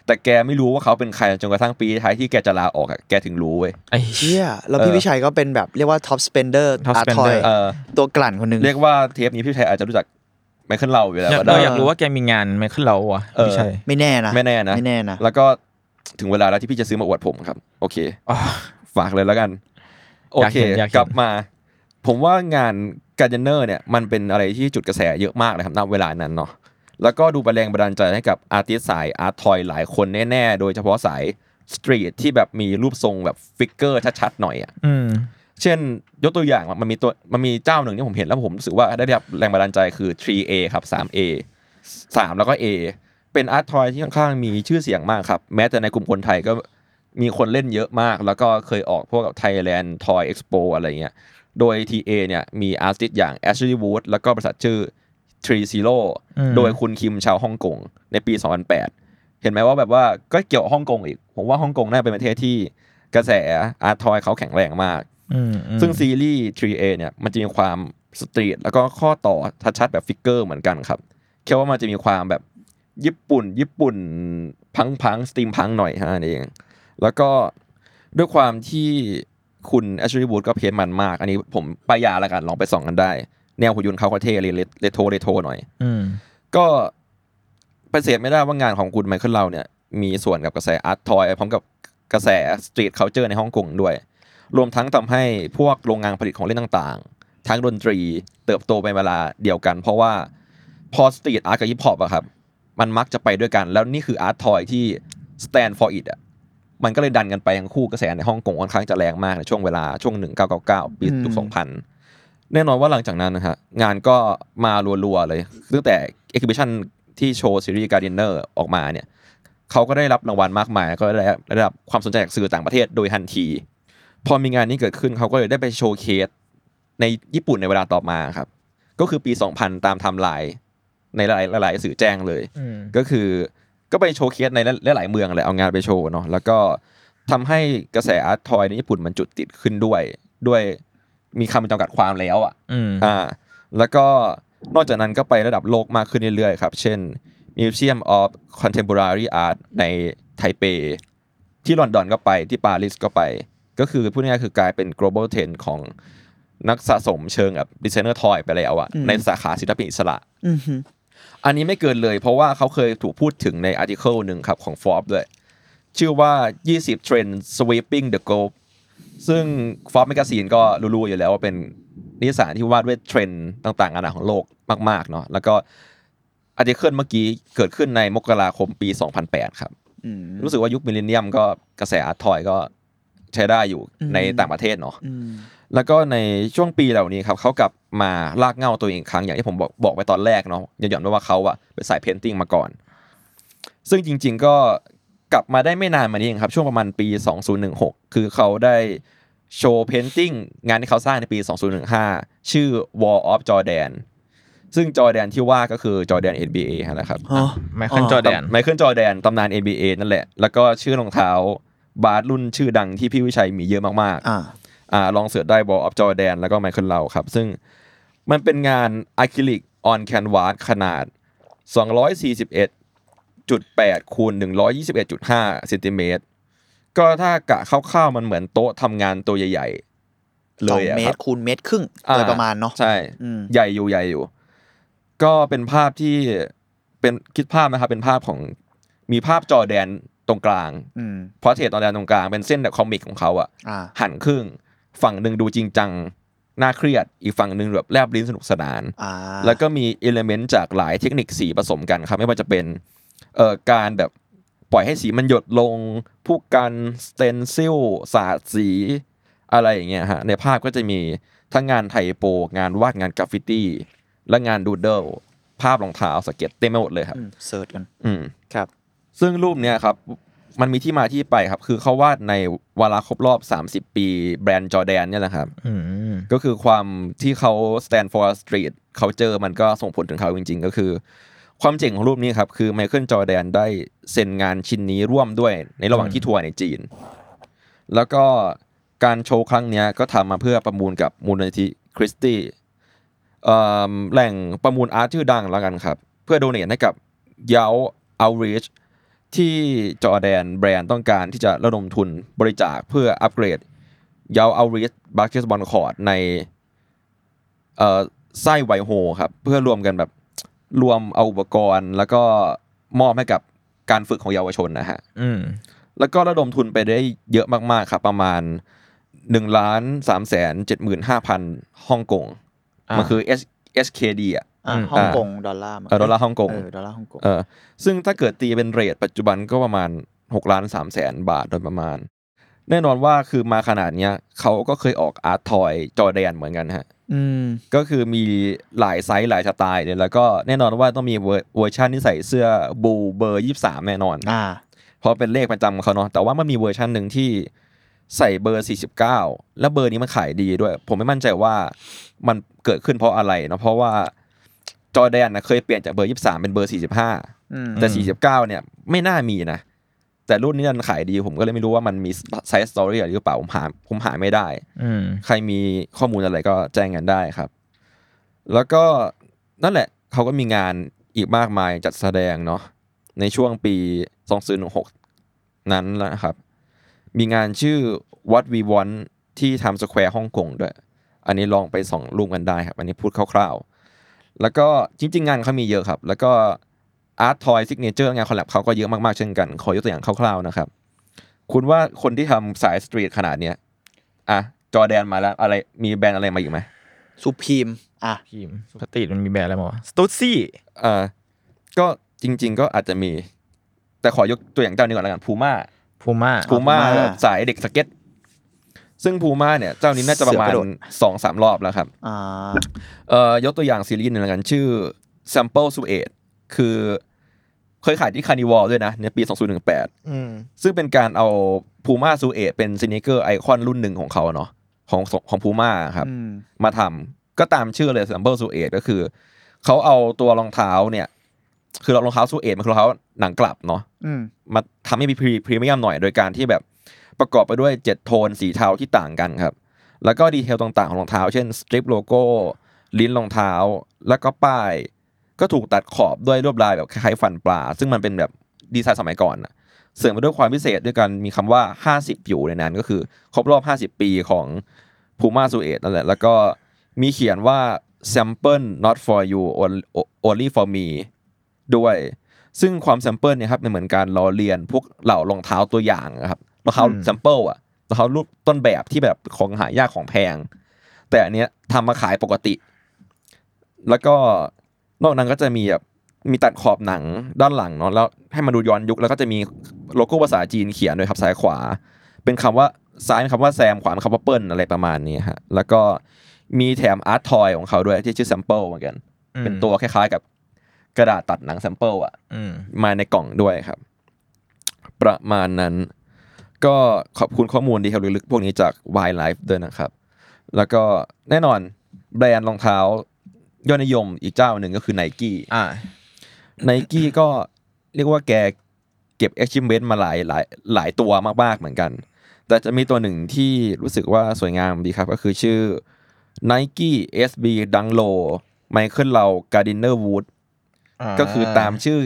[SPEAKER 3] แต่แกไม่รู้ว่าเขาเป็นใครจนกระทั่งปีท้ายที่แกจะลาออกอะแกถึงรู้เว้ย
[SPEAKER 2] ไอ้
[SPEAKER 4] เชี่ยแล้ว
[SPEAKER 3] เอ
[SPEAKER 4] พี่
[SPEAKER 3] อ
[SPEAKER 4] วิชัยก็เป็นแบบเรียกว่าท็อปสเปนเดอร์
[SPEAKER 2] Top
[SPEAKER 4] อาร์ทอย
[SPEAKER 2] spender
[SPEAKER 3] เออ
[SPEAKER 4] ตัวกลั่นคนหนึง
[SPEAKER 3] เรียกว่าเทปนี้พี่วิชัยอาจจะรู้จักไมเคิลเราอยู่แล้ว
[SPEAKER 2] อยาก
[SPEAKER 3] ก็
[SPEAKER 2] เรา
[SPEAKER 3] ได้
[SPEAKER 2] อยากรู้ว่าแกมีงานไหมขึ้นเราอ่ะ
[SPEAKER 3] เออ
[SPEAKER 2] ไม่ใช่
[SPEAKER 4] ไม่แน่นะ
[SPEAKER 3] ไม่แน่นะ
[SPEAKER 4] ไม่แน่นะ
[SPEAKER 3] แล้วก็ถึงเวลาแล้วที่พี่จะซื้อมาอวดผมครับ โอเค
[SPEAKER 2] อ๋อ
[SPEAKER 3] ฝากเลยแล้วกัน โอ
[SPEAKER 2] อยาก
[SPEAKER 3] เค
[SPEAKER 2] เห็นอยากเห็น
[SPEAKER 3] กลับมา ผมว่างานการ์เดนเนอร์เนี่ยมันเป็นอะไรที่จุดกระแสเยอะมากเลยครับณเวลานั้นเนาะแล้วก็ดูเป็นแรงบันดาลใจให้กับอาร์ติสสายอาร์ตทอยหลายคนแน่ๆ โดยเฉพาะสายสตรีทที่แบบมีรูปทรงแบบฟิกเกอร์ชัดๆหน่อยอะ
[SPEAKER 2] อืม
[SPEAKER 3] เช่นยกตัวอย่างมันมีตัวมันมีเจ้าหนึ่งที่ผมเห็นแล้วผมรู้สึกว่าได้รับแรงบันดาลใจคือ 3A ครับ 3A 3 แล้วก็ A เป็นอาร์ตทอยที่ค่อนข้างมีชื่อเสียงมากครับ แม้แต่ในกลุ่มคนไทยก็มีคนเล่นเยอะมาก แล้วก็เคยออกพวกกับ Thailand Toy Expo อะไรเงี้ย โดย TA เนี่ยมีอาร์ติสต์อย่าง Ashley Wood แล้วก็บริษัทชื่อ ทรีซีโร่
[SPEAKER 2] อืม
[SPEAKER 3] โดยคุณคิมชาวฮ่องกงในปี 2008 เห็นไหมว่าแบบว่าก็เกี่ยวฮ่องกงอีก ผมว่าฮ่องกงน่าเป็นประเทศที่กระแสอาร์ตทอยเขาแข็งแรงมาก
[SPEAKER 2] อืมอืม
[SPEAKER 3] ซึ่งซีรีส์ 3A เนี่ยมันจะมีความสตรีทแล้วก็ข้อต่อทัดๆแบบฟิกเกอร์เหมือนกันครับแค่ว่ามันจะมีความแบบญี่ปุ่น ญี่ปุ่นพังพังสตรีมพังหน่อยฮะนั่นเอง แล้วก็ด้วยความที่คุณแอชลีย์บูดก็เพี้ยนมันมาก อันนี้ผมปายยาละกันลองไปส่องกันได้ แนวหุ่นยนต์เขาก็เท่เลยเลโทเลโทหน่อย
[SPEAKER 2] อืม
[SPEAKER 3] ก็ปฏิเสธไม่ได้ว่างานของคุณไมเคิลเราเนี่ย มีส่วนกับกระแสอาร์ตทอยพร้อมกับกระแสสตรีทเคาเจอร์ในฮ่องกงด้วย รวมทั้งทำให้พวกโรงงานผลิตของเล่นต่างๆ ทั้งดนตรีเติบโตไปเวลาเดียวกัน เพราะว่าพอสตรีทอาร์ตกับฮิปฮอปอะครับ มันมักจะไปด้วยกัน แล้วนี่คืออาร์ตทอยที่ stand for it อะมันก็เลยดันกันไปทั้งคู่กระแสในฮ่องกงค่อนข้างจะแรงมากในช่วงเวลาช่วง 1999 ปี
[SPEAKER 4] อืม
[SPEAKER 3] ยุค2000 แน่นอนว่าหลังจากนั้นนะฮะงานก็มารัวๆเลยตั้งแต่ exhibition ที่โชว์ซีรีส์ Gardiner ออกมาเนี่ยเขาก็ได้รับรางวัลมากมาย ก็ได้ได้รับความสนใจจากสื่อต่างประเทศโดยทันที พอมีงานนี้เกิดขึ้นเขาก็เลยได้ไปโชว์เคสในญี่ปุ่นในเวลาต่อมาครับ ก็คือปี 2000 ตามไทม์ไลน์ในหลายหลายๆสื่อแจ้งเลย
[SPEAKER 2] อืม
[SPEAKER 3] ก็คือก็ไปโชว์เคสในหลายๆเมืองแหละเอางานไปโชว์เนาะแล้วก็ทำให้กระแสอาร์ตทอยในญี่ปุ่นมันจุดติดขึ้นด้วย ด้วยมีคำจำกัดความแล้วอ่ะ
[SPEAKER 2] อืม
[SPEAKER 3] อ่าแล้วก็นอกจากนั้นก็ไประดับโลกมากขึ้นเรื่อยๆครับ เช่น Museum of Contemporary Art ในไทเป ที่ลอนดอนก็ไปที่ปารีสก็ไป ก็คือพูดง่ายๆคือกลายเป็น global trend ของนักสะสมเชิงแบบดีไซเนอร์ทอยไปแล้วอะ
[SPEAKER 4] อืม
[SPEAKER 3] ในสาขาศิลปินอิสระ
[SPEAKER 4] อือหือ
[SPEAKER 3] อันนี้ไม่เกินเลยเพราะว่าเขาเคยถูกพูดถึงในอาร์ติเคิลหนึ่งครับของ Forbes ด้วย ชื่อว่า 20 Trends Sweeping the Globe ซึ่ง Forbes Magazine ก็รู้ๆอยู่แล้วว่าเป็นนิสสารที่วาดด้วยเทรนด์ต่างๆนานาของโลกมาก ๆ เนาะแล้วก็อาร์ติเคิลเมื่อกี้เกิดขึ้นในมกราคมปี 2008 ครับ
[SPEAKER 4] อืม
[SPEAKER 3] รู้สึกว่ายุคมิลเลนเนียมก็กระแสอาร์ตทอยก็ใช้ได้อยู่
[SPEAKER 4] อืม
[SPEAKER 3] ในต่างประเทศเนาะ
[SPEAKER 4] อืม
[SPEAKER 3] แล้วก็ในช่วงปีเหล่านี้ครับเขากลับมาลากเหงาตัวเองอีกครั้งอย่างที่ผมบอกบอกไปตอนแรกเนาะอย่าหย่อนว่าเขาอะเป็นสายเพนติ้งมาก่อน ซึ่งจริง ๆก็กลับมาได้ไม่นานมานี้เองครับ ช่วงประมาณปี 2016 คือเขาได้โชว์เพนติ้งงานที่เขาสร้างในปี 2015 ชื่อ Wall of Jordan ซึ่งจอแดนที่ว่าก็คือจอแดน NBA นะครับ
[SPEAKER 4] อ๋อ
[SPEAKER 2] ไมเคิล
[SPEAKER 4] อ๋อ
[SPEAKER 2] จอร์แดน
[SPEAKER 3] ไมเคิลจอร์แดนตำนาน NBA นั่นแหละ แล้วก็ชื่อรองเท้าบาสรุ่นชื่อดังที่พี่วิชัยมีเยอะมากๆ
[SPEAKER 4] อ่า
[SPEAKER 3] อ่าลองเสิร์ชได้บอ l อ f จอแดนแล้วก็ไมเคิลเลาครับ ซึ่งมันเป็นงานอะคริลิกออนแคนวาสขนาด 241.8คูณ121.5เซนติเมตรก็ถ้ากะคร่าวๆมันเหมือนโต๊ะทำงานตัวใหญ่ ๆ เล
[SPEAKER 4] สอง
[SPEAKER 3] ยอะ
[SPEAKER 4] เม
[SPEAKER 3] ค
[SPEAKER 4] ต
[SPEAKER 3] รับ
[SPEAKER 4] รคูณเมตรครึ่งอะไร
[SPEAKER 3] อ่า
[SPEAKER 4] ประมาณเนาะ
[SPEAKER 3] ใช่
[SPEAKER 4] อืม
[SPEAKER 3] ใหญ่อยู่ใหญ่อยู่ ก็เป็นภาพที่เป็นคิดภาพนะครับ เป็นภาพของมีภาพจอแดนตรงกลาง
[SPEAKER 4] อืม
[SPEAKER 3] พอเทรตจอแดนตรงกลางเป็นเส้นแบบคอมิกของเขาอะ
[SPEAKER 4] อ่า
[SPEAKER 3] หันครึ่ง ฝั่งหนึ่งดูจริงจัง น่าเครียด อีกฝั่งหนึ่งแบบแลบลิ้นสนุกสนาน
[SPEAKER 4] อ่า
[SPEAKER 3] แล้วก็มีเอลเมนต์จากหลายเทคนิคสีผสมกันครับ ไม่ว่าจะเป็นเอ่อการแบบปล่อยให้สีมันหยดลง ผู้กันสเตนซิลสาดสี อะไรอย่างเงี้ยฮะ ในภาพก็จะมีทั้งงานไทโป งานวาดงานกราฟฟิตี้ และงานดูเดิลภาพรองเท้าสเก็ตเต็มไปหมดเลยครับ
[SPEAKER 4] อืมเสิร์ชกัน
[SPEAKER 3] อืม
[SPEAKER 4] ครับ
[SPEAKER 3] ซึ่งรูปเนี้ยครับมันมีที่มาที่ไปครับ คือเขาวาดในวาระครบรอบ 30 ปีแบรนด์จอร์แดนเนี่ยแหละครับ
[SPEAKER 2] อืม
[SPEAKER 3] ก็คือความที่เขา stand for street culture มันก็ส่งผลถึงเขาจริงๆ ก็คือ ความเจ๋งของรูปนี้ครับ คือไมเคิลจอร์แดนได้เซ็นงานชิ้นนี้ร่วมด้วยในระหว่างที่ทัวร์ในจีน แล้วก็การโชว์ครั้งเนี้ยก็ทำมาเพื่อประมูลกับมูลนิธิคริสตี้แหล่งประมูลอาร์ตชื่อดังแล้วกันครับ เพื่อโดเนทให้กับยาวเอาริชที่จอร์แดนแบรนด์ต้องการที่จะระดมทุนบริจาคเพื่ออัปเกรด ยาวเอาริสบาสเกตบอลคอร์ดในเอ่อไส้ไวโฮครับ เพื่อรวมกันแบบ รวมเอาอุปกรณ์ แล้วก็มอบให้กับการฝึกของเยาวชนนะฮะ
[SPEAKER 2] อืม
[SPEAKER 3] แล้วก็ระดมทุนไปได้เยอะมาก ๆ ครับ ประมาณ1นึ่งล้านสามแสนเจ็ดหมื่นห้าพันฮ่องกง
[SPEAKER 2] อ่ามั
[SPEAKER 3] มันคือ S SKD อ่ะ
[SPEAKER 4] อ่า
[SPEAKER 2] อืม
[SPEAKER 4] ฮ่อง
[SPEAKER 3] อ่าก
[SPEAKER 4] งดอลลาร์มั้
[SPEAKER 3] เออดอลลาร์ฮ่องกง
[SPEAKER 4] เออดอลลาร์ฮ่องกง
[SPEAKER 3] เออซึ่งถ้าเกิดตีเป็นเรทปัจจุบันก็ประมาณ6ล้าน3แสนบาทโดยประมาณ แน่นอนว่าคือมาขนาดเนี้ยเขาก็เคยออกอาร์ตทอยจอแดนเหมือนกันฮะ
[SPEAKER 4] อืม
[SPEAKER 3] ก็คือมีหลายไซส์หลายสไตล์เลยแล้วก็แน่นอนว่าต้องมีเวอร์เวอร์ชันที่ใส่เสื้อบูเบอร์ยี่สามแน่นอน
[SPEAKER 4] อ่า
[SPEAKER 3] เพราะเป็นเลขประจำของเขาเนาะแต่ว่ามันมีเวอร์ชันหนึ่งที่ใส่เบอร์ 49 แล้วเบอร์นี้มันขายดีด้วย ผมไม่มั่นใจว่ามันเกิดขึ้นเพราะอะไรเนาะเพราะว่า จอแดนนะเคยเปลี่ยนจากเบอร์ยี่สามเป็นเบอร์สี่สิบห้า
[SPEAKER 4] อืม
[SPEAKER 3] แต่
[SPEAKER 2] อืม
[SPEAKER 3] สี่สิบเก้าเนี่ยไม่น่ามีนะ แต่รุ่นนี้มันขายดีผมก็เลยไม่รู้ว่ามันมีไซส์สตอรี่อะไรหรือเปล่าผมหาผมหาไม่ได้
[SPEAKER 2] อืม
[SPEAKER 3] ใครมีข้อมูลอะไรก็แจ้งกันได้ครับ แล้วก็นั่นแหละเขาก็มีงานอีกมากมายจัดแสดงเนาะในช่วงปี 2016 นั้นนะครับ มีงานชื่อ What We Want ที่ Times Square ฮ่องกงด้วย อันนี้ลองไปส่องรูปกันได้ครับ อันนี้พูดคร่าวๆ แล้วก็จริง ๆ งานเขามีเยอะครับ แล้วก็ Art Toy Signature งานคอลแลบเขาก็เยอะมากๆเช่นกัน ขอยกตัวอย่างคร่าวๆนะครับ คุณว่าคนที่ทำสายสตรีทขนาดเนี้ย อ่ะ จอร์แดนมาแล้วอะไรมีแบรนด์อะไรมาอีกไหม
[SPEAKER 4] ซูพีมอ่ะ
[SPEAKER 2] ทีมสตรีทมันมีแบรนด์อะไรมาวะสตูดซี่
[SPEAKER 3] อ่าก็จริง ๆ ก็อาจจะมี แต่ขอยกตัวอย่างเจ้านี้ก่อนละกันพูม่า
[SPEAKER 2] พูม่า
[SPEAKER 3] พูม่า
[SPEAKER 4] Puma
[SPEAKER 3] สายเด็กสเก็ต ซึ่งพูม่าเนี่ย เจ้านี้น่าจะประมาณ
[SPEAKER 4] เสือกระโดด
[SPEAKER 3] สองสามรอบแล้วครับ
[SPEAKER 4] อ่า
[SPEAKER 3] เอ่อยกตัวอย่างซีรีส์หนึ่งละกันชื่อ Sample s u e 8คือเคยขายที่คานิวอลด้วยนะ ในปี 2018
[SPEAKER 2] อืม
[SPEAKER 3] ซึ่งเป็นการเอาพูม่าซูเอเป็นซินิเกอร์ไอคอนรุ่นหนึ่งของเขาเนาะของของพูม่าครับ
[SPEAKER 4] อืม
[SPEAKER 3] มาทำก็ตามชื่อเลย Sample s u e 8ก็คือ เขาเอาตัวรองเท้าเนี่ย คือรองเท้าสูเอมันคือรองเท้าหนังกลับเนาะ
[SPEAKER 4] อืม
[SPEAKER 3] มาทำให้มีพรีพรีเมียมหน่อยโดยการที่แบบประกอบไปด้วยเจ็ดโทนสีเทาที่ต่างกันครับ แล้วก็ดีเทลต่างๆของรองเท้า เช่นสตริปโลโก้ ลิ้นรองเท้า แล้วก็ป้าย ก็ถูกตัดขอบด้วยลวดลายแบบคล้ายๆฟันปลา ซึ่งมันเป็นแบบดีไซน์สมัยก่อนน่ะเสริมไปด้วยความพิเศษด้วยการมีคำว่า 50 อยู่ในนั้นก็คือ ครบรอบ 50 ปีของพูม่าซูเอตนั่นแหละแล้วก็มีเขียนว่า sample not for you only- only for me ด้วย ซึ่งความแซมเปิลเนี่ยครับมันเหมือนการล้อเลียนพวกเหล่ารองเท้าตัวอย่างนะครับรองเท้า
[SPEAKER 2] อืม
[SPEAKER 3] แซมเปิลอะรองเท้ารูปต้นแบบที่แบบของหายากของแพง แต่อันเนี้ยทำมาขายปกติ แล้วก็นอกนั้นก็จะมีแบบมีตัดขอบหนังด้านหลังเนาะแล้วให้มาดูย้อนยุคแล้วก็จะมีโลโก้ภาษาจีนเขียนโดวยครับซ้ายขวา เป็นคำว่าซ้ายเป็นคำว่าแซมขวาเป็นคำว่าเปิ้ลอะไรประมาณนี้ฮะแล้วก็มีแถมอาร์ตทอยของเขาด้วยที่ชื่อแซมเปิลเหมือนกัน เป็นตัวคล้ายๆกับกระดาษตัดหนังแซมเปิลอะ
[SPEAKER 2] อืม
[SPEAKER 3] มาในกล่องด้วยครับ ประมาณนั้น ก็ขอบคุณข้อมูลดีเทลลึกๆพวกนี้จาก Wildlife ด้วยนะครับ แล้วก็แน่นอนแบรนด์รองเท้ายอดนิยมอีกเจ้าหนึ่งก็คือ n i กี้
[SPEAKER 2] อ่า
[SPEAKER 3] ไนกี้ก็เรียกว่าแกเก็บ achievement มาหลายหลายหลายตัวมากๆเหมือนกัน แต่จะมีตัวหนึ่งที่รู้สึกว่าสวยงามดีครับ ก็คือชื่อ Nike SB Dunk Low Michael Lau Gardiner Wood ก็คือตามชื่อ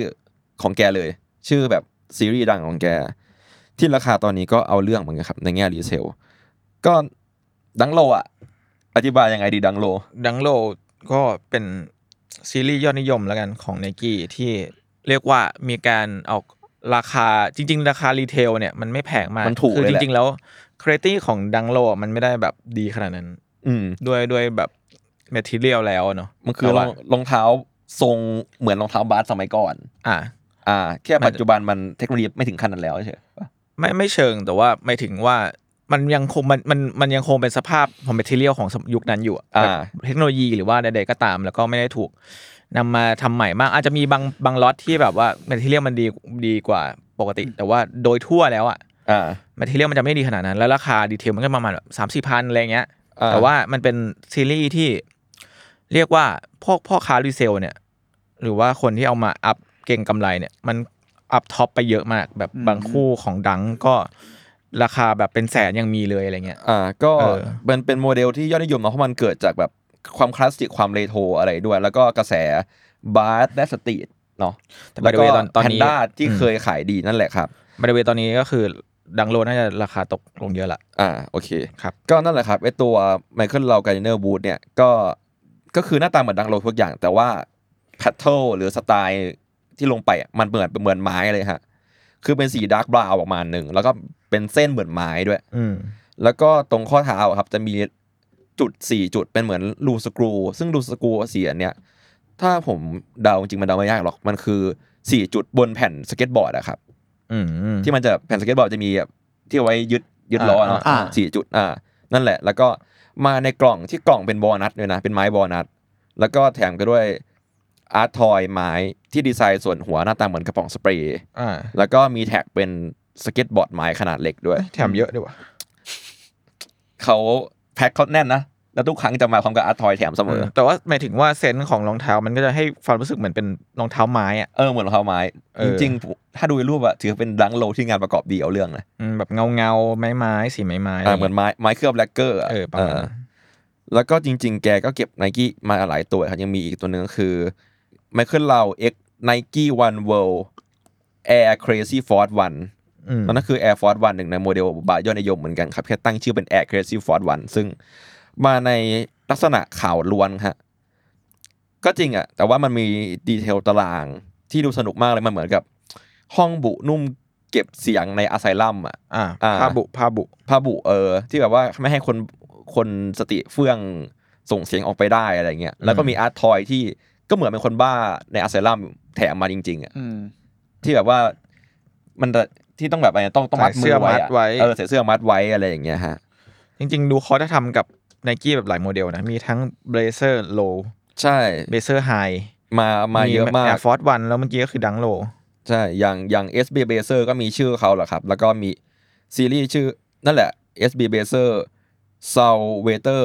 [SPEAKER 3] ของแกเลย ชื่อแบบซีรีส์ดังของแก ที่ราคาตอนนี้ก็เอาเรื่องเหมือนกันครับ ในแง่รีเซล ก็ดังโลอ่ะ อธิบายยังไงดีดังโล
[SPEAKER 2] ดังโลก็เป็นซีรีส์ยอดนิยมแล้วกันของไนกี้ที่เรียกว่ามีการเอาราคาจริง ๆ ราคารีเทลเนี่ยมันไม่แพงมาก
[SPEAKER 3] มันถูก
[SPEAKER 2] คือ
[SPEAKER 3] เลย
[SPEAKER 2] จ
[SPEAKER 3] แหละ
[SPEAKER 2] ริง ๆ แล้วคร a ตี้ของดังโลมันไม่ได้แบบดีขนาดนั้น
[SPEAKER 3] อืม
[SPEAKER 2] ด้วยด้วยแบบแมทเรียลแล้วอะเนาะ
[SPEAKER 3] มันคือ
[SPEAKER 2] แต่
[SPEAKER 3] ร
[SPEAKER 2] ว่า
[SPEAKER 3] องรองเท้าทรงเหมือนรองเท้าบาสสมัยก่อน
[SPEAKER 2] อ่า
[SPEAKER 3] อ่า แค่ปัจจุบันมันเทคโนโลยีไม่ถึงขั้นนั้นแล้วใช่ปะ
[SPEAKER 2] ไม่ไม่เชิงแต่ว่าไม่ถึงว่ามันยังคงมันมันมันยังคงเป็นสภาพของแมทเรียลของยุคนั้นอยู่อะ
[SPEAKER 3] อ่า
[SPEAKER 2] เทคโนโลยีหรือว่าใดๆก็ตาม แล้วก็ไม่ได้ถูกนำมาทำใหม่มาก อาจจะมีบางบางล็อตที่แบบว่าแมทเรียลมันดีดีกว่าปกติ แต่ว่าโดยทั่วแล้วอะ
[SPEAKER 3] อ่า
[SPEAKER 2] แมทเรียลมันจะไม่ดีขนาดนั้น แล้วราคาดีเทลมันก็ประมาณสามสี่พันอะไรเงี้ย
[SPEAKER 3] อ่า
[SPEAKER 2] แต่ว่ามันเป็นซีรีส์ที่เรียกว่าพวกพ่อค้ารีเซลเนี่ย หรือว่าคนที่เอามาอัพเก่งกำไรเนี่ย มันอัพท็อปไปเยอะมาก แบบบางคู่ของดังก็ราคาแบบเป็นแสนยังมีเลยอะไรเงี้ย
[SPEAKER 3] อ่าก็
[SPEAKER 2] เออ
[SPEAKER 3] มันเป็นโมเดลที่ยอดนิยมเนาะเพราะมันเกิดจากแบบความคลาสสิกความเรโทรอะไรด้วย แล้วก็กระแสบาสและสตรีทเนาะ
[SPEAKER 2] แต่
[SPEAKER 3] แล้วก็
[SPEAKER 2] by the way
[SPEAKER 3] แพนด้าที่เคยขายดีนั่นแหละครับ
[SPEAKER 2] บริเวณตอนนี้ก็คือดังโลน่าจะราคาตกลงเยอะละ
[SPEAKER 3] อ่าโอเค
[SPEAKER 2] ครับ
[SPEAKER 3] ก็นั่นแหละครับไอตัวไมเคิลเราการเนอร์บูธเนี่ยก็ก็คือหน้าตาเหมือนดังโลทุกอย่าง แต่ว่าแพทเทิลหรือสไตล์ที่ลงไปอะมันเหมือนเหมือนไม้เลยฮะ คือเป็นสีดาร์กบราวน์ประมาณหนึ่ง แล้วก็เป็นเส้นเหมือนไม้ด้วย
[SPEAKER 2] อืม
[SPEAKER 3] แล้วก็ตรงข้อเท้าอะครับจะมีจุด 4 จุดเป็นเหมือนรูสกรู ซึ่งรูสกรูสีอันเนี้ยถ้าผมเดาจริงๆมันเดาไม่ยากหรอกมันคือ 4 จุดบนแผ่นสเก็ตบอร์ดอะครับ
[SPEAKER 2] อืม
[SPEAKER 3] ที่มันจะแผ่นสเก็ตบอร์ดจะมีแบบที่เอาไว้ยึดยึดล้อเนาะ
[SPEAKER 4] อ่า
[SPEAKER 3] สี่จุดอ่านั่นแหละ แล้วก็มาในกล่องที่กล่องเป็นบอนัทด้วยนะเป็นไม้บอนัทแล้วก็แถมก็ด้วยอาร์ตทอยไม้ที่ดีไซน์ส่วนหัวหน้าตาเหมือนกระป๋องสเปรย์
[SPEAKER 2] อ่า
[SPEAKER 3] แล้วก็มีแท็กเป็นสเก็ตบอร์ดไม้ขนาดเล็กด้วย
[SPEAKER 2] แถมเยอะด้วยว่ะ
[SPEAKER 3] เขาแพ็คเขาแน่นนะ แล้วทุกครั้งจะมาพร้อมกับอาร์ตทอยแถมเสมอ
[SPEAKER 2] แต่ว่าหมายถึงว่าเซนส์ของรองเท้ามันก็จะให้ความรู้สึกเหมือนเป็นรองเท้าไม้อ่ะ
[SPEAKER 3] เออเหมือนรองเท้าไม้
[SPEAKER 2] เออ
[SPEAKER 3] จริงๆ ถ้าดูในรูปอะถือเป็นดังโลที่งานประกอบดีเอาเรื่องนะ
[SPEAKER 2] อืมแบบเงาเงาๆไม้ไม้ๆสีไม้ไม้
[SPEAKER 3] อ่าเหมือนไม้ไม้เคลือบแลกเกอร์ะ
[SPEAKER 2] เออประมาณ
[SPEAKER 3] เออ
[SPEAKER 2] นั้น
[SPEAKER 3] แล้วก็จริง ๆ แกก็เก็บไนกี้มาหลายตัวครับยังมีอีกตัวหนึ่งก็คือไมเคิลเลาเอ็กไนกี้วันเวิลด์แอร์ครซี่ฟอร์ดวัน
[SPEAKER 2] อืม
[SPEAKER 3] นั่นก็คือ Air Force 1หนึ่งในโมเดลบายอดนิยมเหมือนกันครับแค่ตั้งชื่อเป็น Air Crazy Force 1ซึ่งมาในลักษณะข่าวล้วนฮะก็จริงอะแต่ว่ามันมีดีเทลตารางที่ดูสนุกมากเลยมันเหมือนกับ ห้องบุนุ่มเก็บเสียงในอาไซลัมอะ
[SPEAKER 2] อ่า
[SPEAKER 3] อ่า
[SPEAKER 2] ผ้าบุผ้าบุ
[SPEAKER 3] ผ้าบุเออ ที่แบบว่าไม่ให้คนคนสติเฟื่องส่งเสียงออกไปได้อะไรเงี้ยแล้วก็มีอาร์ตทอยที่ก็เหมือนเป็นคนบ้าในอาเซลัมแถมมาจริง ๆอ่ะ
[SPEAKER 4] อืม
[SPEAKER 3] ที่แบบว่ามันจะที่ต้องแบบอะไรต้องต้องมัด
[SPEAKER 2] ใส่เสื้อ
[SPEAKER 3] มือไว้
[SPEAKER 2] มั
[SPEAKER 3] อะ
[SPEAKER 2] ดไว้
[SPEAKER 3] เออใส่เสื้อมัดไว้อะไรอย่างเงี้ยฮะ
[SPEAKER 2] จริงๆ ดูเขาจะทำกับไนกี้แบบหลายโมเดลนะ มีทั้งเบรเซอร์โล
[SPEAKER 3] ใช่
[SPEAKER 2] เบรเซอร์ไฮ
[SPEAKER 3] มามาเยอะมาก
[SPEAKER 2] แอร์ฟอร์ดวันแล้วเมื่อกี้ก็คือดังโล
[SPEAKER 3] ใช่อย่างอย่าง SB Baser ก็มีชื่อเขาแหละครับ แล้วก็มีซีรีส์ชื่อนั่นแหละ SB Baser s a l v a t e r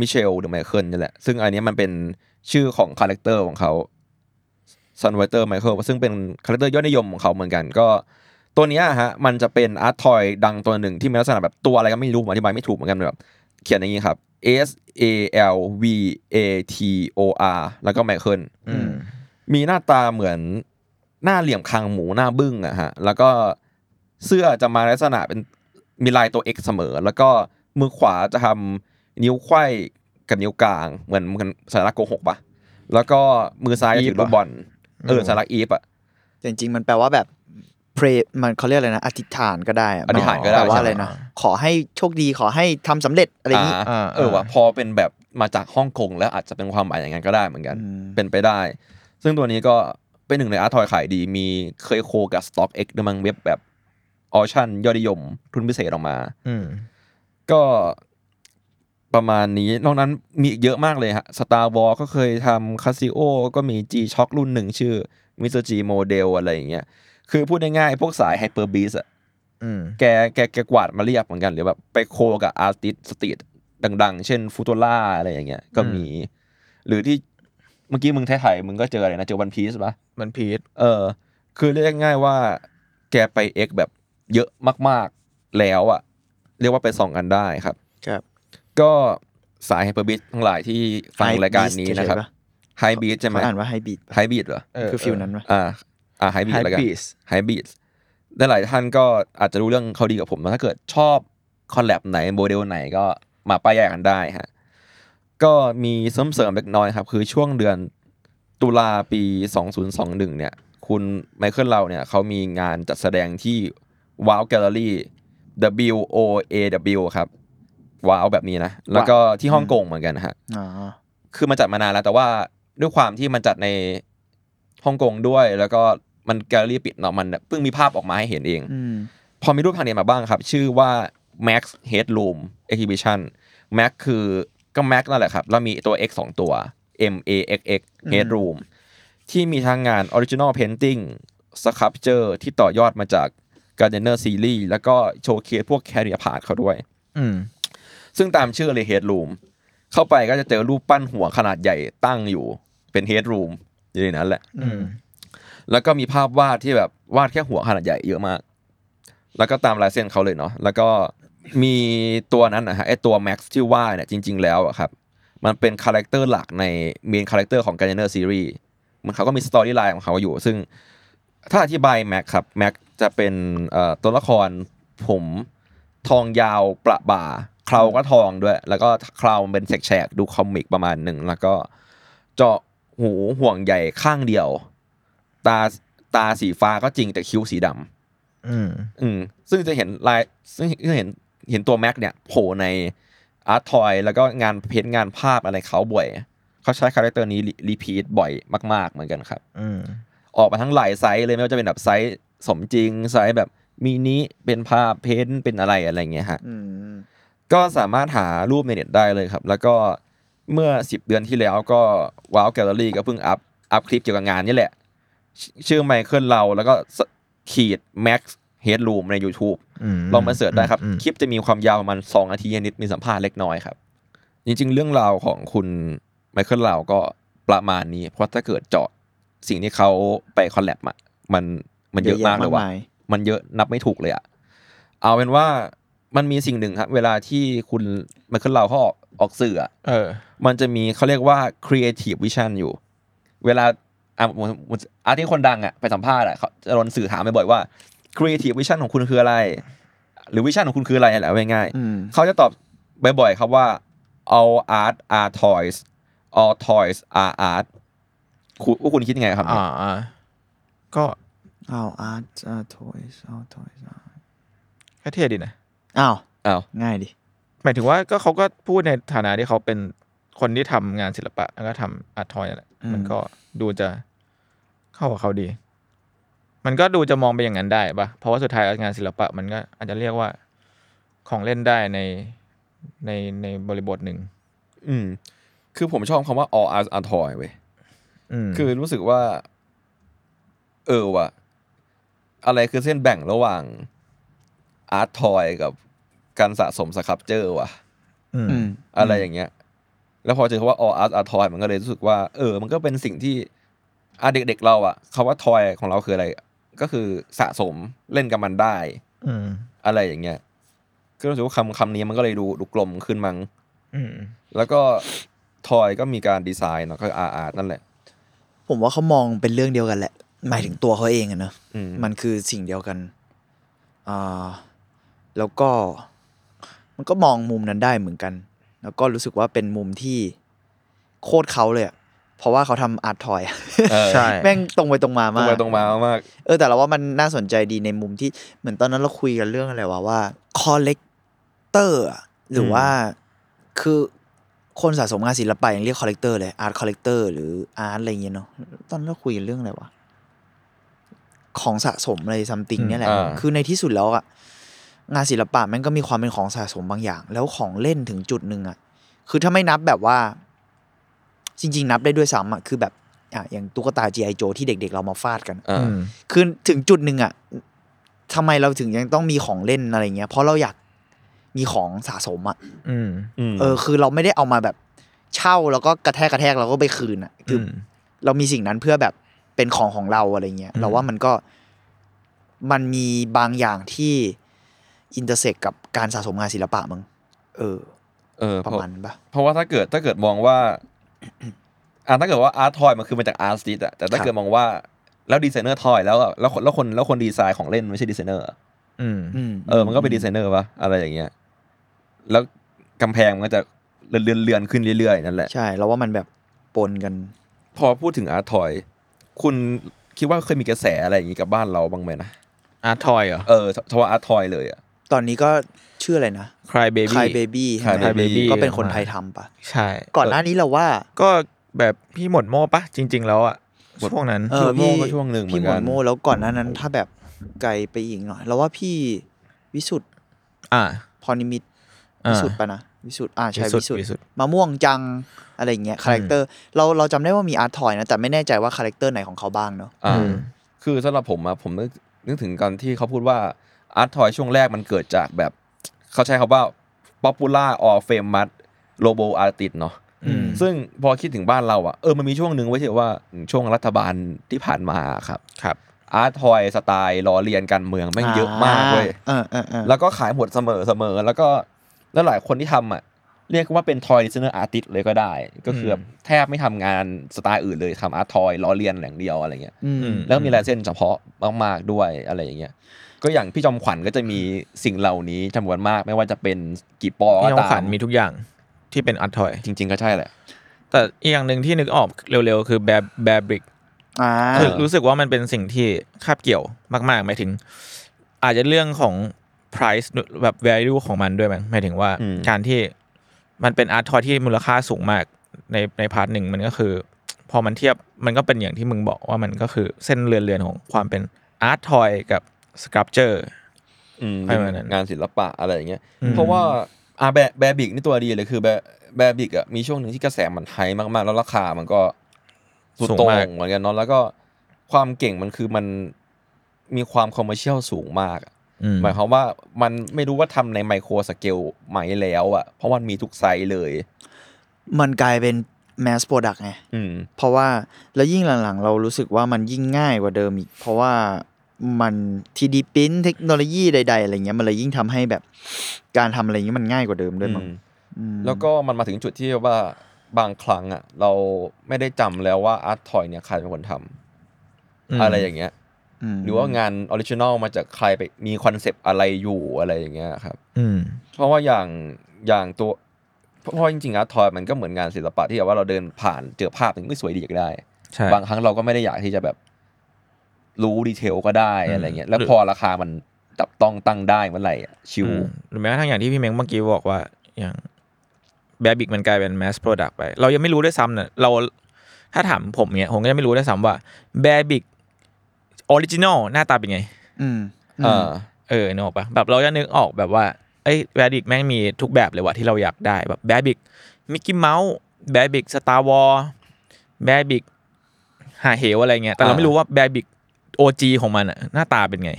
[SPEAKER 3] Michel หรือ Michael นี่แหละ ซึ่งอันนี้มันเป็นชื่อของคาแรคเตอร์ของเขา s u n w a t e r Michael ซึ่งเป็นคาแรคเตอร์ยอดนิยมของเขาเหมือนกัน ก็ตัวเนี้ยฮะ มันจะเป็นอาร์ตทอยดังตัวหนึ่งที่มีลักษณะแบบตัวอะไรก็ไม่รู้ผมอธิบายไม่ถูกเหมือนกันแบบเขียนอย่างนี้ครับ S A L V A T O R แล้วก็ Michael
[SPEAKER 2] อืม
[SPEAKER 3] มีหน้าตาเหมือนหน้าเหลี่ยมคางหมูหน้าบึ้งอะฮะ แล้วก็เสื้อจะมาลักษณะเป็นมีลายตัว X เสมอ แล้วก็มือขวาจะทำนิ้วไขว้กับนิ้วกลาง เหมือนเหมือนสัญลักษณ์โกหกปะแล้วก็มือซ้ายจะถือลูกบอลเออสัญลักษณ์อีฟอะ
[SPEAKER 4] แต่จริงๆมันแปลว่าแบบ pray มันเขาเรียกอะไรนะ อธิษฐานก็ได้ะ
[SPEAKER 3] อธิษฐานก็ได้
[SPEAKER 4] แปลว่าอะไร
[SPEAKER 3] ใช่ไหม
[SPEAKER 4] นะ ขอให้โชคดีขอให้ทำสำเร็จอะไรอย่างนี้
[SPEAKER 3] อ่า
[SPEAKER 2] อ่า
[SPEAKER 3] เออว่าพอเป็นแบบมาจากฮ่องกงแล้วอาจจะเป็นความหมายอย่างนั้นก็ได้เหมือนกัน
[SPEAKER 4] อืม
[SPEAKER 3] เป็นไปได้ ซึ่งตัวนี้ก็เป็นหนึ่งในอาร์ตทอยขายดีมีเคยโคกับ Stock X ด้วยมั้งเว็บแบบออชั่นยอดนิยมทุนพิเศษออกมา
[SPEAKER 2] อืม
[SPEAKER 3] ก็ประมาณนี้นอกนั้นมีอีกเยอะมากเลยฮะ Star Wars ก็เคยทำ Casio ก็มี G Shock รุ่นหนึ่งชื่อ Mr. G Model อะไรอย่างเงี้ยคือพูดง่ายๆพวกสาย Hyper Beast อะ
[SPEAKER 2] อืม
[SPEAKER 3] แกแกแกกวาดมาเรียบเหมือนกันหรือแบบไปโคกับอาร์ติสสตรีทดังๆ เช่นฟูโตล่าอะไรอย่างเงี้ยก็มี หรือที่เมื่อกี้มึงไทยๆมึงก็เจออะไรนะ เจอวันพีซปะ
[SPEAKER 2] เหมันพีท
[SPEAKER 3] เออ คือเรียกง่ายๆว่า แกไปเอ็กแบบเยอะมากๆแล้วอะเรียกว่าไปส่องกันได้ครับ
[SPEAKER 4] ครับ
[SPEAKER 3] ก็สายไฮเปอร์บิททั้งหลายที่ฟังรายการนี้นะครับไฮบีทใช่ไหม
[SPEAKER 4] เขาอ่านว่าไฮบีด
[SPEAKER 3] ไฮบีทเหรอ
[SPEAKER 4] คือฟิลนั้นปะ
[SPEAKER 3] อ่าอ่าไฮบีท
[SPEAKER 2] ไฮ
[SPEAKER 3] แล้วกัน
[SPEAKER 2] ปีส
[SPEAKER 3] ไฮบีดและหลายท่านก็อาจจะรู้เรื่องเขาดีกว่าผมนะถ้าเกิดชอบคอลแลบไหนโมเดลไหนก็มาป้ายแยกกันได้ฮะ ก็มีเสริมเสริมๆเล็กน้อยครับ คือช่วงเดือนตุลาปี 2021 เนี่ย คุณไมเคิลเราเนี่ยเขามีงานจัดแสดงที่ว้าวแกลเลอรี่ W O A W ครับว้าวแบบนี้นะ แล้วก็ที่ฮ่องกงเหมือนกันนะฮะ
[SPEAKER 4] อ๋อ
[SPEAKER 3] คือมันจัดมานานแล้วแต่ว่าด้วยความที่มันจัดในฮ่องกงด้วย แล้วก็มันแกลเลอรี่ปิดเนาะมันเพิ่งมีภาพออกมาให้เห็นเอง
[SPEAKER 4] อืม
[SPEAKER 3] พอมีรูปทางเน็ตมาบ้างครับ ชื่อว่า Max Headroom Exhibition Max คือก็ Max นั่นแหละครับ แล้วมีตัว X 2 ตัว M A X X Headroom ที่มีทั้งงาน Original Painting Sculpture ที่ต่อยอดมาจาก Gardener Series แล้วก็โชว์เคสพวกแคริอาพาดเขาด้วย
[SPEAKER 2] อืม
[SPEAKER 3] ซึ่งตามชื่อเลยเฮดรูมเข้าไปก็จะเจอรูปปั้นหัวขนาดใหญ่ตั้งอยู่ เป็นเฮดรูมอยู่ในนั้นแหละ
[SPEAKER 2] อืม
[SPEAKER 3] แล้วก็มีภาพวาดที่แบบวาดแค่หัวขนาดใหญ่เยอะมาก แล้วก็ตามลายเส้นเขาเลยเนาะแล้วก็มีตัวนั้นนะฮะไอตัวแม็กซ์ที่ว่าเนี่ยจริง ๆ แล้วอะครับ มันเป็นคาแรคเตอร์หลักในเมนคาแรคเตอร์ของการ์เนอร์ซีรีส์มันเขาก็มีสตอรี่ไลน์ของเขาอยู่ ซึ่งถ้าอธิบายแม็กครับแม็กจะเป็นเอ่อตัวละครผมทองยาวประบ่าเคราก็ทองด้วย แล้วก็เครามันเป็นแฉกๆดูคอมิกประมาณหนึ่งแล้วก็เจาะหูห่วงใหญ่ข้างเดียว ตาตาสีฟ้าก็จริงแต่คิ้วสีดำ
[SPEAKER 2] อืม
[SPEAKER 3] อืมซึ่งจะเห็นลายซึ่งซึ่งเห็นเห็นตัวแม็กเนี่ยโผล่ในอาร์ตทอยแล้วก็งานเพ้นท์งานภาพอะไรเขาบ่อย เขาใช้คาแรคเตอร์นี้รีพีทบ่อยมาก ๆ เหมือนกันครับ
[SPEAKER 2] อืม
[SPEAKER 3] ออกมาทั้งหลายไซส์เลยไม่ว่าจะเป็นแบบไซส์สมจริง ไซส์แบบมินิเป็นภาพเพ้นท์เป็นอะไรอะไรอย่างเงี้ยฮะ
[SPEAKER 4] อืม
[SPEAKER 3] ก็สามารถหารูปในเน็ตได้เลยครับ แล้วก็เมื่อ 10 เดือนที่แล้วก็ว้าวแกลเลอรี่ก็เพิ่งอัพอัพคลิปเกี่ยวกับงานนี่แหละ ชื่อชื่อไมเคิลเราแล้วก็สขีดแม็กซ์เฮดรูมใน YouTube
[SPEAKER 2] อืม
[SPEAKER 3] ลองมาเสิร์ชได้ครับ
[SPEAKER 2] อืม
[SPEAKER 3] คลิปจะมีความยาวประมาณ2นาทีนิดมีสัมภาษณ์เล็กน้อยครับ จริงๆ เรื่องราวของคุณไมเคิลลาวก็ประมาณนี้ เพราะถ้าเกิดเจาะสิ่งที่เขาไปคอลแลบอะมันมันเยอะมากเลยว่ะ
[SPEAKER 4] ย
[SPEAKER 3] มันเยอะนับไม่ถูกเลยอะเอาเป็นว่ามันมีสิ่งหนึ่งครับเวลาที่คุณไมเคิลลาวเขาออกออกสื่ออะ
[SPEAKER 2] เออ
[SPEAKER 3] มันจะมีเขาเรียกว่า creative vision อยู่ เวลาอ่ะผมผมอาร์ติสต์คนดังอะไปสัมภาษณ์อะเขาจะโดนสื่อถามบ่อยๆว่า creative vision ของคุณคืออะไร หรือวิชั่นของคุณคืออะไรนั่นแหละเอาง่ายๆ
[SPEAKER 4] อืม
[SPEAKER 3] เขาจะตอบบ่อยๆครับว่า all art are toys all toys are art คุณพวกคุณคิดยังไงครับเนี่ย
[SPEAKER 2] อ่าอ่าก็
[SPEAKER 4] อ้าวอาร์ตอาร์ตทอยส์อาร์ตทอยส์
[SPEAKER 2] ก็เท่ดีนะ
[SPEAKER 4] อ้าว
[SPEAKER 3] อ้าว
[SPEAKER 4] ง่ายดิ
[SPEAKER 2] หมายถึงว่าก็เขาก็พูดในฐานะที่เขาเป็นคนที่ทำงานศิลปะ แล้วก็ทำอาร์ตทอยนั่นแหละมันก็ดูจะเข้ากับเขาดี มันก็ดูจะมองไปอย่างนั้นได้ปะเพราะว่าสุดท้ายแล้วงานศิลปะ มันก็อาจจะเรียกว่าของเล่นได้ในในในบริบทหนึ่ง
[SPEAKER 3] อืม คือผมชอบคำว่า all art are toy เว้ย
[SPEAKER 2] ม
[SPEAKER 3] คือรู้สึกว่า เออว่ะ อะไรคือเส้นแบ่งระหว่าง art toy กับการสะสมสครับเจอว่ะ
[SPEAKER 2] อืม
[SPEAKER 4] อืม
[SPEAKER 3] อะไรอย่างเงี้ย แล้วพอเจอคำว่า all art are toy มันก็เลยรู้สึกว่า เออ มันก็เป็นสิ่งที่อ่ะเด็กๆเราอะคำว่า toy ของเราคืออะไร ก็คือสะสมเล่นกับมันได้
[SPEAKER 2] อืม
[SPEAKER 3] อะไรอย่างเงี้ยก็รู้สึกว่าคำคำนี้มันก็เลยดูดูกลมขึ้นมั้ง
[SPEAKER 2] อืม
[SPEAKER 3] แล้วก็ทอยก็มีการดีไซน์เนาะก็อาร์อาร์นั่นแหละ
[SPEAKER 4] ผมว่าเขามองเป็นเรื่องเดียวกันแหละ หมายถึงตัวเขาเองอะเนอะ
[SPEAKER 3] อืม
[SPEAKER 4] มันคือสิ่งเดียวกันอ่าแล้วก็มันก็มองมุมนั้นได้เหมือนกัน แล้วก็รู้สึกว่าเป็นมุมที่โคตรเขาเลยอะเพราะว่าเขาทำอาร์ตทอยอะ
[SPEAKER 3] เออ
[SPEAKER 2] ใช่
[SPEAKER 4] แม่งตรงไปตรงมา
[SPEAKER 3] ตรง
[SPEAKER 4] มาก
[SPEAKER 3] ไปตรงมามาก
[SPEAKER 4] เออแต่เราว่ามันน่าสนใจดีในมุมที่เหมือนตอนนั้นเราคุยกันเรื่องอะไรวะว่าคอลเลกเตอร์หรือว่าคือคนสะสมงานศิลปะยังเรียกคอลเลกเตอร์เลยอาร์ตคอลเลกเตอร์หรืออาร์ตอะไรเงี้ยเนาะตอนนั้นเราคุยกันเรื่องอะไรวะของสะสมอะไรซัมติงเนี่ยแหละ คือในที่สุดแล้วอะงานศิลปะมันก็มีความเป็นของสะสมบางอย่าง แล้วของเล่นถึงจุดหนึ่งอะคือถ้าไม่นับแบบว่า จริง ๆ นับได้ด้วยซ้ำอะคือแบบอ่ะอย่างตุ๊กตา G.I. Joe ที่เด็ก ๆ เรามาฟาดกัน
[SPEAKER 3] อ่า
[SPEAKER 2] อืม
[SPEAKER 4] คือถึงจุดหนึ่งอะทำไมเราถึงยังต้องมีของเล่นอะไรเงี้ย เพราะเราอยากมีของสะสมอะ
[SPEAKER 2] อืม
[SPEAKER 3] ม
[SPEAKER 4] เออ คือเราไม่ได้เอามาแบบเช่าแล้วก็กระแทกกระแทกแล้วก็ไปคืนอะคืออ
[SPEAKER 2] ม
[SPEAKER 4] เรามีสิ่งนั้นเพื่อแบบเป็นของของเราอะไรเงี้ย
[SPEAKER 2] อืม
[SPEAKER 4] เราว่ามันก็มันมีบางอย่างที่อินเตอร์เซ็กกับการสะสมงานศิลปะมึง เออ
[SPEAKER 3] เออ
[SPEAKER 4] ประ
[SPEAKER 3] เพราะ
[SPEAKER 4] มาณนั้นปะ
[SPEAKER 3] เพราะว่าถ้าเกิดถ้าเกิดมองว่า อ่าถ้าเกิดว่าอาร์ทอยมันคือมาจากอาร์ติสอะแต่ถ้า
[SPEAKER 4] ครับ
[SPEAKER 3] เกิดมองว่าแล้วดีไซเนอร์ทอยแล้วอะแล้วคนแล้วคนแล้วคนดีไซน์ของเล่นไม่ใช่ดีไซเนอร์อะ
[SPEAKER 2] อืม
[SPEAKER 4] อืม
[SPEAKER 3] เออมันก็เป็นดีไซเนอร์ปะอะไรอย่างเงี้ย แล้วกำแพงมันก็จะเลื่อนๆเลื่อนขึ้นเรื่อยๆนั่นแหละ
[SPEAKER 4] ใช่เราว่ามันแบบปนกัน
[SPEAKER 3] พอพูดถึงอาร์ทอย คุณคิดว่าเคยมีกระแสอะไรอย่างงี้กับบ้านเราบ้างไหมนะ
[SPEAKER 2] อาร์ตทอยเหรอ
[SPEAKER 3] เออชาวอาร์ทอยเลยอ่ะ
[SPEAKER 4] ตอนนี้ก็ชื่ออะไรนะ
[SPEAKER 2] Cry Baby
[SPEAKER 4] คายเบบี้
[SPEAKER 3] Cry Baby
[SPEAKER 4] ก็เป็นคนไทยทำปะ
[SPEAKER 2] ใช่
[SPEAKER 4] ก่อนหน้านี้เราว่า
[SPEAKER 2] ก็แบบพี่หมดโม่ปะจริง ๆ แล้วอะช่วงนั้น
[SPEAKER 4] เออ
[SPEAKER 3] พี่
[SPEAKER 4] พี่
[SPEAKER 3] หมวดโม่ก็ช่วงหนึ่งเหมื
[SPEAKER 4] พี่
[SPEAKER 3] อน
[SPEAKER 4] หม
[SPEAKER 3] กั
[SPEAKER 4] วน ดโม่แล้วก่อนหน้านั้นถ้าแบบไกลไปอีกหน่อยเราว่าพี่วิสุทธ์
[SPEAKER 2] อ่า
[SPEAKER 4] พรนิมิตร
[SPEAKER 2] อ่า
[SPEAKER 4] วิสุทธ์ปะนะวิสุทธ์อ่าใช่
[SPEAKER 2] วิสุท
[SPEAKER 4] วิ
[SPEAKER 2] ธิ์วิ
[SPEAKER 4] สุท
[SPEAKER 2] สุทธิ์
[SPEAKER 4] ธ์มะม่วงจังอะไรอย่างเงี้ยคาแรคเตอร์เราเราจำได้ว่ามีอาร์ตทอยนะ แต่ไม่แน่ใจว่าคาแรคเตอร์ไหนของเขาบ้างเนาะ
[SPEAKER 3] อ่า
[SPEAKER 2] อืม
[SPEAKER 3] คือสำหรับผมอะผมนึกนึกถึงการที่เขาพูดว่าอาร์ทอยช่วงแรกมันเกิดจากแบบ เขาใช้คาว่า popular or famous robo artist เนาะ
[SPEAKER 2] อืม
[SPEAKER 3] ซึ่งพอคิดถึงบ้านเราอะเออมันมีช่วงหนึ่งไว้ยที่ว่าช่วงรัฐบาลที่ผ่านมาครับ
[SPEAKER 2] ครับ
[SPEAKER 3] อาร์ทอยสไตล์ล้อเลียนการเมืองแม่งเยอะมากเว้ย
[SPEAKER 4] เออเออเออ
[SPEAKER 3] แล้วก็ขายหมดเสมอเสมอ แล้วก็แล้วหลายคนที่ทำอ่ะ เรียกว่าเป็นทอยดิ s เนอร์อาร์ติสเลยก็ได้ ก็คืออ
[SPEAKER 2] ม
[SPEAKER 3] แทบไม่ทำงานสไตล์อื่นเลยทำอาร์ตทอยล้อเลียนอย่างเดียวอะไรเงี้ย
[SPEAKER 4] อืม
[SPEAKER 2] อืม
[SPEAKER 3] แล้วก็มีลายเส้นเฉพาะมากๆด้วยอะไรอย่างเงี้ยก็อย่างพี่จอมขวัญก็จะมีสิ่งเหล่านี้จำนวนมาก ไม่ว่าจะเป็นกี่ปอก็
[SPEAKER 2] พี่น้อง
[SPEAKER 3] ตา
[SPEAKER 2] ขวัญ
[SPEAKER 3] ม
[SPEAKER 2] มีทุกอย่างที่เป็นอาร์ตทอย
[SPEAKER 3] จริง ๆ ก็ใช่แหละ
[SPEAKER 2] แต่อีกอย่างหนึ่งที่นึกออกเร็วๆ คือแบบแบบริก
[SPEAKER 4] อ่า
[SPEAKER 2] คือรู้สึกว่ามันเป็นสิ่งที่คาบเกี่ยวมากๆหมายถึง อาจจะเรื่องของ price แบบ value ของมันด้วยมั้งหมายถึงว่า
[SPEAKER 3] อืม
[SPEAKER 2] การที่มันเป็นอาร์ตทอยที่มูลค่าสูงมากในในพาร์ทหนึ่งมันก็คือ พอมันเทียบมันก็เป็นอย่างที่มึงบอกว่ามันก็คือเส้นเรือนๆของความเป็นอาร์ตทอยกับสครับเจอร์
[SPEAKER 3] อืม
[SPEAKER 2] ประมาณนั้น
[SPEAKER 3] งานศิลปะอะไรอย่างเงี้ย
[SPEAKER 2] อืม
[SPEAKER 3] เพราะว่าอาแบแบบิกนี่ตัวดีเลยคือแบแบบิกอ่ะมีช่วงหนึ่งที่กระแสมันไฮมากๆ แล้วราคามันก็สุดโต่งเหมือนกันเนาะแล้วก็ความเก่งมันคือมันมีความคอมเมอร์เชียลสูงมากอะหมายความว่ามันไม่รู้ว่าทำในไมโครสเกลไหมแล้วอ่ะเพราะมันมีทุกไซส์เลย
[SPEAKER 4] มันกลายเป็นแมสโปรดักไง
[SPEAKER 3] อืม
[SPEAKER 4] เพราะว่าแล้วยิ่งหลังๆ เรารู้สึกว่ามันยิ่งง่ายกว่าเดิมอีก เพราะว่ามันทีดีพิมพ์เทคโนโลยีใด ๆ อะไรเงี้ยมันเลยยิ่งทำให้แบบการทำอะไรเงี้ยมันง่ายกว่าเดิมด้วยมั้งอืม
[SPEAKER 3] แล้วก็มันมาถึงจุดที่ว่าบางครั้งอ่ะ เราไม่ได้จำแล้วว่าอาร์ตทอยเนี่ยใครเป็นคนทำ
[SPEAKER 2] ม
[SPEAKER 3] อะไรอย่างเงี้ย
[SPEAKER 4] ม
[SPEAKER 3] หรือว่างานออริจินอลมาจากใครไปมีคอนเซปต์อะไรอยู่อะไรอย่างเงี้ยครับ
[SPEAKER 2] อืม
[SPEAKER 3] เพราะว่าอย่างอย่างตัวเพราะว่าจริงๆอาร์ตทอยมันก็เหมือนงานศิลปะที่แบบว่าเราเดินผ่านเจอภาพหนึ่งก็สวยดีก็ได้
[SPEAKER 2] ใช่
[SPEAKER 3] บางครั้งเราก็ไม่ได้อยากที่จะแบบรู้ดีเทลก็ได้
[SPEAKER 2] อืม
[SPEAKER 3] อะไรเงี้ยแล้วพอราคามันจับต้องตั้งได้เมื่อไหร่อะชิว
[SPEAKER 2] อืมหรือแม้กระทั่งอย่างที่พี่เม้งเมื่อกี้บอกว่าอย่างแบบิกมันกลายเป็น mass product ไป เรายังไม่รู้ด้วยซ้ำเนี่ยเราถ้าถามผมเนี่ยผมก็ยังไม่รู้ด้วยซ้ำว่าแบบิกออริจินอลหน้าตาเป็นไง
[SPEAKER 4] อืม
[SPEAKER 3] เออ
[SPEAKER 2] เออนึกออกปะแบบเราจะนึกออกแบบว่าไอ้แบบิกแม่งมีทุกแบบเลยว่ะที่เราอยากได้แบบแบบิกมิกกี้เมาส์แบบิกสตาร์วอลแบบิกหาเหวอะไรเงี้ยแต่เราไม่รู้ว่าแบบิกโอจีของมันอะหน้าตาเป็นไง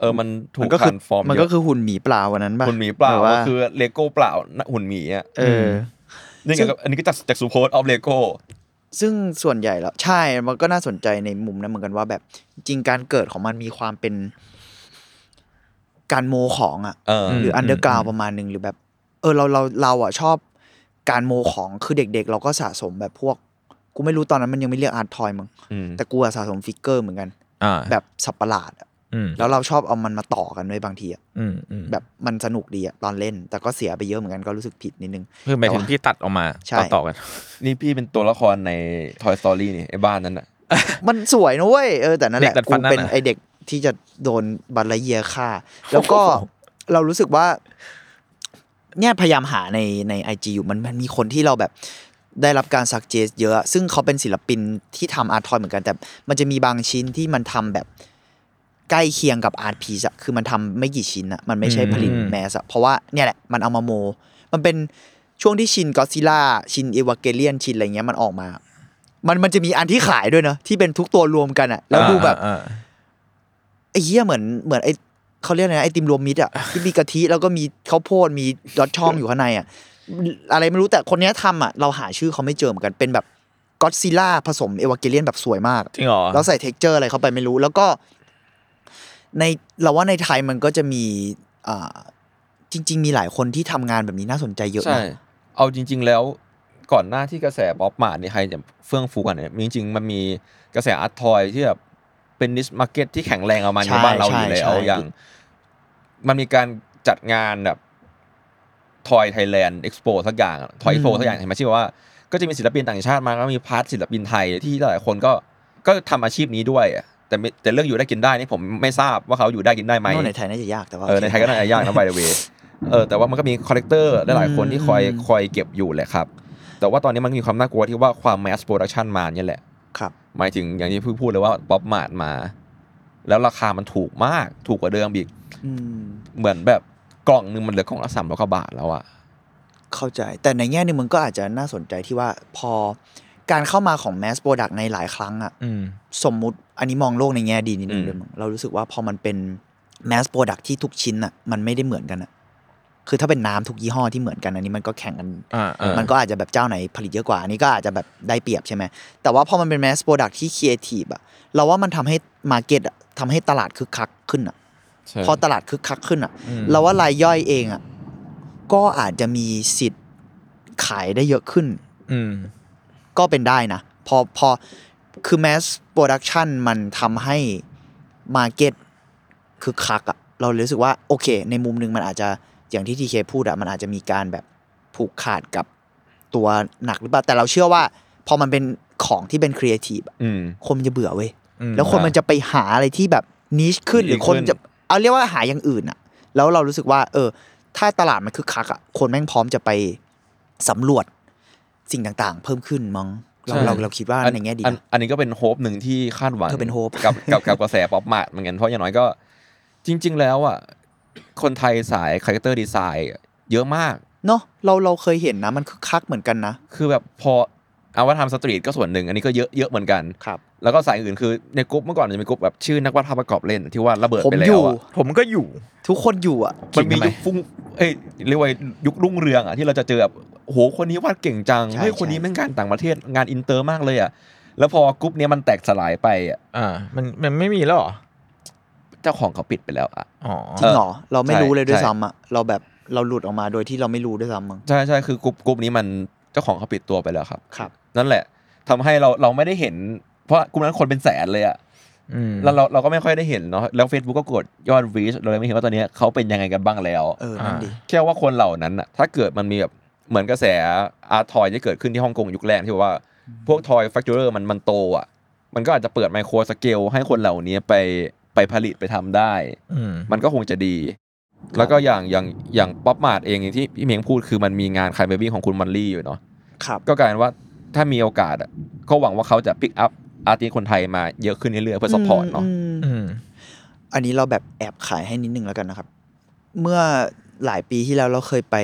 [SPEAKER 3] เออมันถู
[SPEAKER 4] มั
[SPEAKER 3] ก
[SPEAKER 4] นก็คื
[SPEAKER 3] การฟอร์ม
[SPEAKER 4] มันก็คือหุ่นหมีเปล่าวันนั้นป่ะ
[SPEAKER 3] หุ่นหมีเปล่า
[SPEAKER 4] แบบว่า
[SPEAKER 3] ก็คือเลโก้เปล่านะหุ่นหมีอ่ะ
[SPEAKER 4] เออ
[SPEAKER 3] นี่ไงครับอันนี้ก็จากจากซูโพสออฟเลโก้
[SPEAKER 4] ซึ่งส่วนใหญ่แล้ว ใช่มันก็น่าสนใจในมุมนั้นเหมือนกันว่าแบบจริงๆการเกิดของมันมีความเป็น การโมของอ่ะ
[SPEAKER 3] เออ
[SPEAKER 2] ม
[SPEAKER 4] หรืออันเดอร์กราวประมาณหนึ่งหรือแบบ เออเราเราเราอ่ะชอบการโมของคือเด็ก ๆ เราก็สะสมแบบพวก กูไม่รู้ตอนนั้นมันยังไม่เรียกอาร์ตทอยมึงแต่กูอะสะสมฟิกเกอร์เหมือนกัน
[SPEAKER 2] อ่า
[SPEAKER 4] แบบสับประหลาดอะ
[SPEAKER 2] อืม
[SPEAKER 4] แล้วเราชอบเอามันมาต่อกันด้วยบางทีอะ
[SPEAKER 2] อืมอืม
[SPEAKER 4] แบบมันสนุกดีอะตอนเล่น แต่ก็เสียไปเยอะเหมือนกันก็รู้สึกผิดนิดนึง
[SPEAKER 2] คือไปถึงที่ตัดออกมา
[SPEAKER 4] ใช่
[SPEAKER 2] ต่อต่อกัน
[SPEAKER 3] นี่พี่เป็นตัวละครใน Toy Story นี่ไอ้บ้านนั้นน่ะ
[SPEAKER 4] มันสวยนะเว้ยเออแต่นั่นแหละ
[SPEAKER 2] เด็กดัดฟั
[SPEAKER 4] กู
[SPEAKER 2] นนั่น
[SPEAKER 4] เป็น
[SPEAKER 2] น่ะ
[SPEAKER 4] ไอเด็กที่จะโดนบัลลยเยียฆ่า แล้วก็เรารู้สึกว่าเนี่ยพยายามหาในในไอจอยู่มันมันมีคนที่เราแบบได้รับการซักเจสเยอะซึ่งเขาเป็นศิลปินที่ทำอาร์ตทอยเหมือนกัน แต่มันจะมีบางชิ้นที่มันทำแบบใกล้เคียงกับอาร์ตพีซอะคือมันทำไม่กี่ชิ้นอะมันไม่ใช่ผลิต
[SPEAKER 2] อืม
[SPEAKER 4] แมสอะเพราะว่าเนี่ยแหละมันเอามาโม มันเป็นช่วงที่ชินก็ซิล่าชินเอวาเกเลียนชินอะไรเงี้ยมันออกมา มันมันจะมีอันที่ขายด้วยเนอะที่เป็นทุกตัวรวมกันอะแล้วดูแบบ
[SPEAKER 2] อ่า
[SPEAKER 4] ไอ้เหี้ยเหมือนเหมือนไอ้เขาเรียกอะไรนะไอติมรวมมิตรอะที่มีกะทิแล้วก็มีข้าวโพดมีดอทช่องอยู่ข้างในอะอะไรไม่รู้แต่คนเนี้ยทำอะเราหาชื่อเขาไม่เจอเหมือนกันเป็นแบบก็ซิล่าผสมเอวาเกเลียนแบบสวยมาก
[SPEAKER 2] จริงเหรอ
[SPEAKER 4] แล้วใส่เท็กเจอร์อะไรเข้าไปไม่รู้ แล้วก็ในเราว่าในไทยมันก็จะมีอ่าจริง ๆ มีหลายคนที่ทำงานแบบนี้น่าสนใจเยอะ
[SPEAKER 3] ใช่
[SPEAKER 4] นะ
[SPEAKER 3] เอาจริง ๆ แล้วก่อนหน้าที่กระแสบ๊อบมาดเนี่ยใครจะเฟื่องฟูกันเนี่ยจริง ๆ มันมีกระแสอาร์ตทอยที่แบบเป็นนิสมาร์เก็ตที่แข็งแรงเอามา
[SPEAKER 4] ใช่
[SPEAKER 3] ในบ้านเราอยู่แล้
[SPEAKER 4] ใช่
[SPEAKER 3] ว
[SPEAKER 4] ใช่
[SPEAKER 3] อย่าง มันมีการจัดงานแบบทอยไทยแลนด์เอ็กซ์โปสักอย่างทอยเอ็กซ์โปสักอย่างเห็นไหมที่แบบว่า ก็จะมีศิลปินต่างชาติมาก็มีพาร์ทศิลปินไทยที่หลายคนก็ก็ทำอาชีพนี้ด้วยอะแต่ไม่แต่เรื่องอยู่ได้กินได้นี่ผมไม่ทราบว่าเขาอยู่ได้กินได้ไหม
[SPEAKER 4] โน่นในไทยน่าจะยากแต่ว่า
[SPEAKER 3] เออในไทยก็น่าจะยากนะ by the way เออแต่ว่ามันก็มีคอลเลกเตอร์หลายๆคนที่คอยคอยเก็บอยู่แหละครับ แต่ว่าตอนนี้มันมีความน่ากลัวที่ว่าความ mass production มาเนี่ยแหละ
[SPEAKER 4] ครับ
[SPEAKER 3] หมายถึงอย่างที่พี่พูดเลยว่าบ๊อบมาดมา แล้วราคามันถูกมากถูกกว่าเดิมอีก
[SPEAKER 4] อืม
[SPEAKER 3] เหมือนแบบกล่องหนึงมันเหลือกล่องละสามร้อยกว่าบาทแล้วอะ
[SPEAKER 4] เข้าใจ แต่ในแง่หนึงมันก็อาจจะน่าสนใจที่ว่าพอการเข้ามาของแมสโปรดักในหลายครั้งอะ
[SPEAKER 2] อืม
[SPEAKER 4] สมมุติอันนี้มองโลกในแง่ดีนิดนึงเลยมั้งเรารู้สึกว่าพอมันเป็นแมสโปรดักที่ทุกชิ้นอะมันไม่ได้เหมือนกันอะคือถ้าเป็นน้ำทุกยี่ห้อที่เหมือนกันอันนี้มันก็แข่งกัน
[SPEAKER 2] อ่าอ่า
[SPEAKER 4] มันก็อาจจะแบบเจ้าไหนผลิตเยอะกว่า อันนี้ก็อาจจะแบบได้เปรียบใช่ไหม แต่ว่าพอมันเป็นแมสโปรดักที่ครีเอทีฟอะเราว่ามันทำให้มาเก็ตอะทำให้ตลาดคึกคักขึ้นอะพอตลาดคึกคักขึ้นอะเราว่ารายย่อยเองอะก็อาจจะมีสิทธิ์ขายได้เยอะขึ้น
[SPEAKER 2] อืม
[SPEAKER 4] ก็เป็นได้นะ พอพอคือแมสโปรดักชันมันทำให้มาเก็ตคือคักอะเราเลยรู้สึกว่า โอเค ในมุมหนึ่งมันอาจจะอย่างที่ทีเคพูดอะมันอาจจะมีการแบบผูกขาดกับตัวหนักหรือเปล่า แต่เราเชื่อว่า พอมันเป็นของที่เป็นครีเอทีฟ
[SPEAKER 3] อืม
[SPEAKER 4] คนมันจะเบื่อเว้ย
[SPEAKER 2] อืม
[SPEAKER 4] แล้วคนมันจะไปหาอะไรที่แบบนิชขึ้น
[SPEAKER 3] niche
[SPEAKER 4] หรือคน
[SPEAKER 3] ขึ้น
[SPEAKER 4] จะเอาเรียกว่าหาอย่างอื่นอะแล้วเรารู้สึกว่า เออ ถ้าตลาดมันคึกคักอะคนแม่งพร้อมจะไปสำรวจสิ่งต่างๆ เพิ่มขึ้นมั้งเรา
[SPEAKER 3] ใช่
[SPEAKER 4] เราเราคิดว่าในแง่ดี
[SPEAKER 3] อัน
[SPEAKER 4] นะ
[SPEAKER 3] อันนี้ก็เป็นโฮปหนึ่งที่คาดหวัง
[SPEAKER 4] เธอเป็น hope
[SPEAKER 3] กับกับกับกระแสป๊อปมาดเหมือนกันเพราะอย่างน้อยก็จริง ๆ แล้วอ่ะคนไทยสายคาแรคเตอร์ดีไซน์เยอะมาก
[SPEAKER 4] เนาะเราเราเคยเห็นนะ มันคึกคักเหมือนกันนะ
[SPEAKER 3] คือแบบพอเอาว่าทำสตรีทก็ส่วนหนึ่ง อันนี้ก็เยอะเยอะเหมือนกัน
[SPEAKER 4] ครับ
[SPEAKER 3] แล้วก็สายอื่นคือในกรุ๊ปเมื่อก่อนจะมีกรุ๊ปแบบชื่อนักวาดภาพประกอบเล่นที่ว่าระเบิด
[SPEAKER 4] ผม
[SPEAKER 3] ไปแล้
[SPEAKER 4] อ
[SPEAKER 3] ว
[SPEAKER 4] ยู่
[SPEAKER 3] อะ
[SPEAKER 2] ผมก็อยู่
[SPEAKER 4] ทุกคนอยู่อะ
[SPEAKER 3] มันมี
[SPEAKER 2] ทำไม
[SPEAKER 3] ยุคฟุ้งเอ้ยเรียกว่ายุครุ่งเรืองอ่ะที่เราจะเจอแบบ โหคนนี้วาดเก่งจัง
[SPEAKER 4] ใช่
[SPEAKER 3] เฮ้ย
[SPEAKER 4] ใช่
[SPEAKER 3] คนนี้แม่งงานต่างประเทศงานอินเตอร์มากเลยอ่ะแล้วพอกรุ๊ปเนี้ยมันแตกสลายไปอะ
[SPEAKER 2] อ่ามันมันไม่มีแล้วเหรอ
[SPEAKER 3] เจ้าของเขาปิดไปแล้วอ่ะ
[SPEAKER 2] อ๋อ
[SPEAKER 4] จริงเหรอเราไม่รู้เลยด้วย
[SPEAKER 3] ใช่
[SPEAKER 4] ซ้ำอะเราแบบเราหลุดออกมาโดยที่เราไม่รู้ด้วยซ้ำมั้ง
[SPEAKER 3] ใช่ใช่คือกรุ๊ปกรุ๊ปนี้มันเจ้าของเขาปิดตัวไปแล้วครับ
[SPEAKER 4] ครับ
[SPEAKER 3] นั่นแหละทำให้เราเราไม่ได้เห็น เพราะกลุ่มนั้นคนเป็นแสนเลยอะ
[SPEAKER 2] อืม
[SPEAKER 3] แล้วเราเราก็ไม่ค่อยได้เห็นเนาะแล้ว Facebook ก็กดยอด reach เราเลยไม่เห็นว่าตอนเนี้ยเขาเป็นยังไงกันบ้างแล้ว
[SPEAKER 4] เออนั่นดิ
[SPEAKER 3] แค่ว่าคนเหล่านั้นอะถ้าเกิดมันมีแบบเหมือนกระแสอาร์ทอยที่เกิดขึ้นที่ฮ่องกงยุคแรกที่ว่า พวกทอยแฟคเจอร์มันมันโตอะมันก็อาจจะเปิดไมโครสเกลให้คนเหล่านี้ไปไปผลิตไปทำได้
[SPEAKER 2] อืม
[SPEAKER 3] มันก็คงจะดี แล้วก็อย่างอย่างอย่างป๊อปมาดเองอย่างที่พี่เมียงพูดคือมันมีงานคายเบบี้ของคุณมันลี่อยู่เนาะ
[SPEAKER 4] ครับ
[SPEAKER 3] ก็กลายเป็นว่าถ้ามีโอกาสอะก็หวังว่าเขาจะพิกอัพอาร์ติสคนไทยมาเยอะขึ้นเรื่อยๆเพื่อสปอร์ตเนาะ
[SPEAKER 4] ม
[SPEAKER 2] อืม
[SPEAKER 4] อันนี้เราแบบแอบขายให้นิดนึงแล้วกันนะครับ เมื่อหลายปีที่แล้วเราเคยไป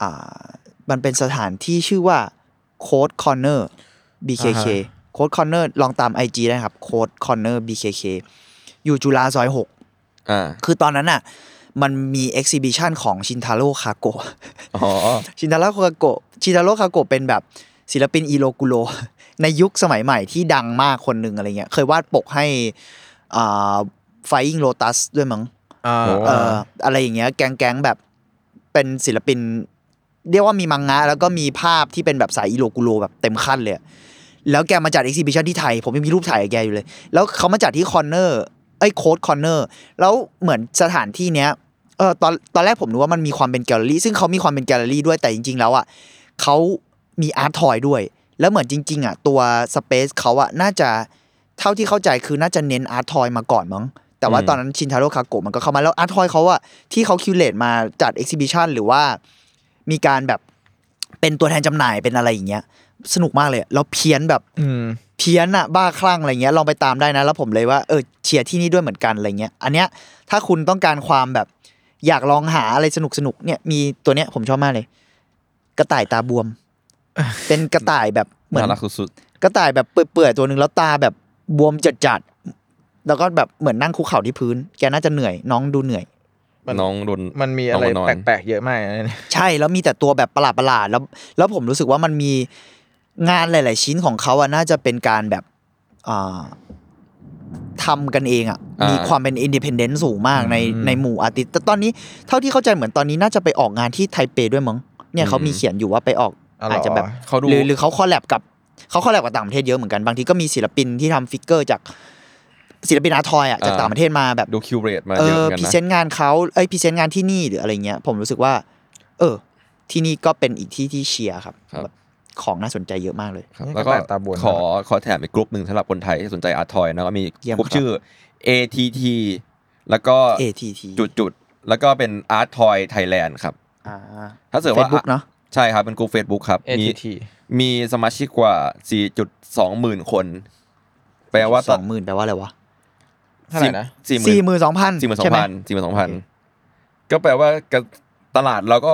[SPEAKER 4] อ่า มันเป็นสถานที่ชื่อว่าโค้ดคอนเนอร์ BKK โค้ดคอนเนอร์ลองตาม IG ได้ครับโค้ดคอนเนอร์ BKK อยู่จุฬาซอยหก
[SPEAKER 3] อ่า
[SPEAKER 4] คือตอนนั้นอ่ะ มันมีเอ็กซิบิชันของชินทาโร่คาโกะ
[SPEAKER 3] อ๋อ
[SPEAKER 4] ชินทาโร่คาโกะชินทาโร่คาโกะเป็นแบบศิลปินอีโรกุโร ในยุคสมัยใหม่ที่ดังมากคนหนึ่งอะไรเงี้ย เคยวาดปกให้อ่า Flying Lotus ด้วยมั้ง
[SPEAKER 2] อ่า
[SPEAKER 3] โอ้
[SPEAKER 4] เอออะไรอย่างเงี้ยแก๊งแก๊งแบบเป็นศิลปิน เรียกว่ามีมังงะ แล้วก็มีภาพที่เป็นแบบสายอีโรกุโรแบบเต็มขั้นเลยอะแล้วแกมาจัด e อ h i ซิบิชันที่ไทย ผมยังมีรูปถ่ายกับแกอยู่เลย แล้วเขามาจัดที่คอนเนอร์ไอ้โค้ดคอนเนอร์แล้วเหมือนสถานที่เนี้ยเออตอนตอนแรกผมนึกว่ามันมีความเป็นแกลเลอรี่ ซึ่งเขามีความเป็นแกลเลอรี่ด้วยแต่จริง ๆ แล้วอ่ะเขามีอาร์ตทอยด้วย แล้วเหมือนจริง ๆอ่ะตัวสเปซเขาอ่ะน่าจะเท่าที่เข้าใจคือน่าจะเน้นอาร์ตทอยมาก่อนมั้ง แต่ว่า
[SPEAKER 3] อืม
[SPEAKER 4] ตอนนั้นชินทาโร่คาโกะมันก็เข้ามาแล้วอาร์ตทอยเขาอะที่เขาคิวเลตมาจัดเอ็กซิบิชันหรือว่ามีการแบบเป็นตัวแทนจำหน่ายเป็นอะไรอย่างเงี้ย สนุกมากเลยแล้วเพี้ยนแบบ
[SPEAKER 2] อืม
[SPEAKER 4] เพี้ยนอะบ้าคลั่งอะไรเงี้ยลองไปตามได้นะ แล้วผมเลยว่าเออเชียร์ที่นี่ด้วยเหมือนกันอะไรเงี้ยอันเนี้ยถ้าคุณต้องการความแบบอยากลองหาอะไรสนุกสนุกๆเนี่ยมีตัวเนี้ยผมชอบมากเลย กระต่ายตาบวม เป็นกระต่ายแบบเหมือน
[SPEAKER 3] น่ารักสุด
[SPEAKER 4] กระต่ายแบบเปื่อยๆตัวหนึ่งแล้วตาแบบบวมจัดๆแล้วก็แบบเหมือนนั่งคุกเข่าที่พื้น แกน่าจะเหนื่อยน้องดูเหนื่อย
[SPEAKER 3] ๆ น้องโดน
[SPEAKER 2] มันมีอะไร
[SPEAKER 3] นอน
[SPEAKER 2] แปลกๆเยอะมากนะเนี่ย
[SPEAKER 4] ใช่แล้วมีแต่ตัวแบบประหลาดๆแล้ว แล้วผมรู้สึกว่ามันมีงานหลาย ๆ ชิ้นของเขาอะน่าจะเป็นการแบบอ่าทำกันเองอะ
[SPEAKER 3] อ่ามี
[SPEAKER 4] มีความเป็นอินดิเพนเดนซ์สูงมากในในหมู่อาร์ติสต์แต่ตอนนี้เท่าที่เข้าใจเหมือนตอนนี้น่าจะไปออกงานที่ไทเปด้วยมั้งเนี่ยเขามีเขียนอยู่ว่าไปออก
[SPEAKER 2] อ๋อเหร
[SPEAKER 4] อาจจะแบบ
[SPEAKER 3] เขาดู
[SPEAKER 4] หรือหรือเขาคอลแลบกับเขาคอลแลบกับต่างประเทศเยอะเหมือนกันบางทีก็มีศิลปินที่ทำฟิกเกอร์จากศิลปินอาร์ทอยอ่ะจาก
[SPEAKER 3] อ่า
[SPEAKER 4] ต่างประเทศมาแบบ
[SPEAKER 3] ดูคิวเรตมา
[SPEAKER 4] เอ
[SPEAKER 3] เยอะเห
[SPEAKER 4] อ
[SPEAKER 3] มือนกัน
[SPEAKER 4] พรี
[SPEAKER 3] นะ
[SPEAKER 4] เซนต์งานเขาเอ้ยพรีเซนต์งานที่นี่หรืออะไรเงี้ยผมรู้สึกว่า เออ ที่นี่ก็เป็นอีกที่ที่เชียร์ครับ
[SPEAKER 3] ครับ
[SPEAKER 4] แบบของน่าสนใจเยอะมากเลย
[SPEAKER 3] ครับ
[SPEAKER 2] นี่
[SPEAKER 3] แล้วก็
[SPEAKER 2] ระต่ายตาบวน
[SPEAKER 3] ขอขอแถมอีกกลุ่มหนึ่งสำหรับคนไทยที่สนใจอาร์ทอยนะก็มี
[SPEAKER 4] เยี่ยม
[SPEAKER 3] กลุ่ม
[SPEAKER 4] ครับ
[SPEAKER 3] ชื่อ ATT แล้วก็
[SPEAKER 4] ATT
[SPEAKER 3] จุดจุดๆแล้วก็เป็นอาร์ทอยไทยแลนด์ครับ
[SPEAKER 4] อ่า
[SPEAKER 3] ถ้าเกิดว่า
[SPEAKER 4] Facebook เนอะ
[SPEAKER 3] ใช่ครับเป็นกลุ่ม Facebook ครับ
[SPEAKER 2] เอ
[SPEAKER 3] มี
[SPEAKER 2] ทีที
[SPEAKER 3] มีสมาชิกกว่า 4.2หมื่นคน แปลว่า
[SPEAKER 4] สองหมื่นแปลว่าอะไรวะ
[SPEAKER 2] เท่าไหร่นะ
[SPEAKER 3] สี่หมื่น
[SPEAKER 4] สี่หมื่นสองพัน
[SPEAKER 3] สี่หมื่นสอ
[SPEAKER 4] ใช่
[SPEAKER 3] ง
[SPEAKER 4] ไหม
[SPEAKER 3] พันสี่หมื่นสองพันก็แปลว่ากระตลาดเราก็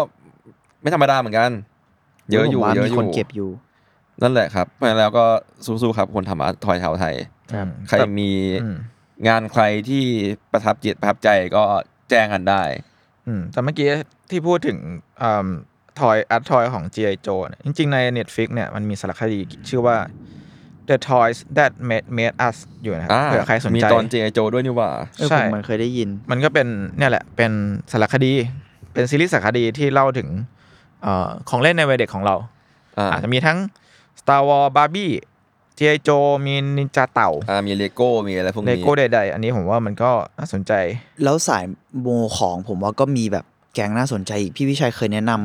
[SPEAKER 3] ไม่ธรรมดาเหมือนกัน เยอะอยู่
[SPEAKER 4] ผมว่า
[SPEAKER 3] เยอะ
[SPEAKER 4] มี
[SPEAKER 3] อยู่
[SPEAKER 4] คนเก็บอยู่
[SPEAKER 3] นั่นแหละครับเพราะฉะนั้นแล้วก็สู้ๆครับ คนทำอาร์ตทอยชาวไทย
[SPEAKER 2] ครับ
[SPEAKER 3] ใครมี
[SPEAKER 2] อืม
[SPEAKER 3] งานใครที่ประทับจิตประทับใจก็แจ้งกันได้
[SPEAKER 2] อืมแต่เมื่อกี้ที่พูดถึงทอยอาร์ทอยของ G.I. Joe เนี่ยจริง ๆ ใน Netflix เนี่ยมันมีสารคดีชื่อว่า The Toys That Made Made Us อยู่นะครับ
[SPEAKER 3] อ่า
[SPEAKER 2] เผื่อใครสน
[SPEAKER 3] มี
[SPEAKER 2] ใจ
[SPEAKER 3] ตอนเจโจด้วยนี่หว่า
[SPEAKER 4] เออผ
[SPEAKER 2] ใช่
[SPEAKER 4] มเหมือนเคยได้ยิน
[SPEAKER 2] มันก็เป็นเนี่ยแหละเป็นสารคดี เป็นซีรีส์สารคดีที่เล่าถึงเออของเล่นในวัยเด็กของเรา
[SPEAKER 3] อ่า
[SPEAKER 2] อาจจะมีทั้ง Star Wars Barbie G.I. Joe มีนินจาเต่า
[SPEAKER 3] อ่ามีเลโก้มีอะไรพวก
[SPEAKER 2] เล
[SPEAKER 3] นี้
[SPEAKER 2] โก้ใดๆ อันนี้ผมว่ามันก็น่าสนใจ
[SPEAKER 4] แล้วสายโมของผมว่าก็มีแบบแก๊งน่าสนใจอีกพี่วิชัยเคยแนะนำ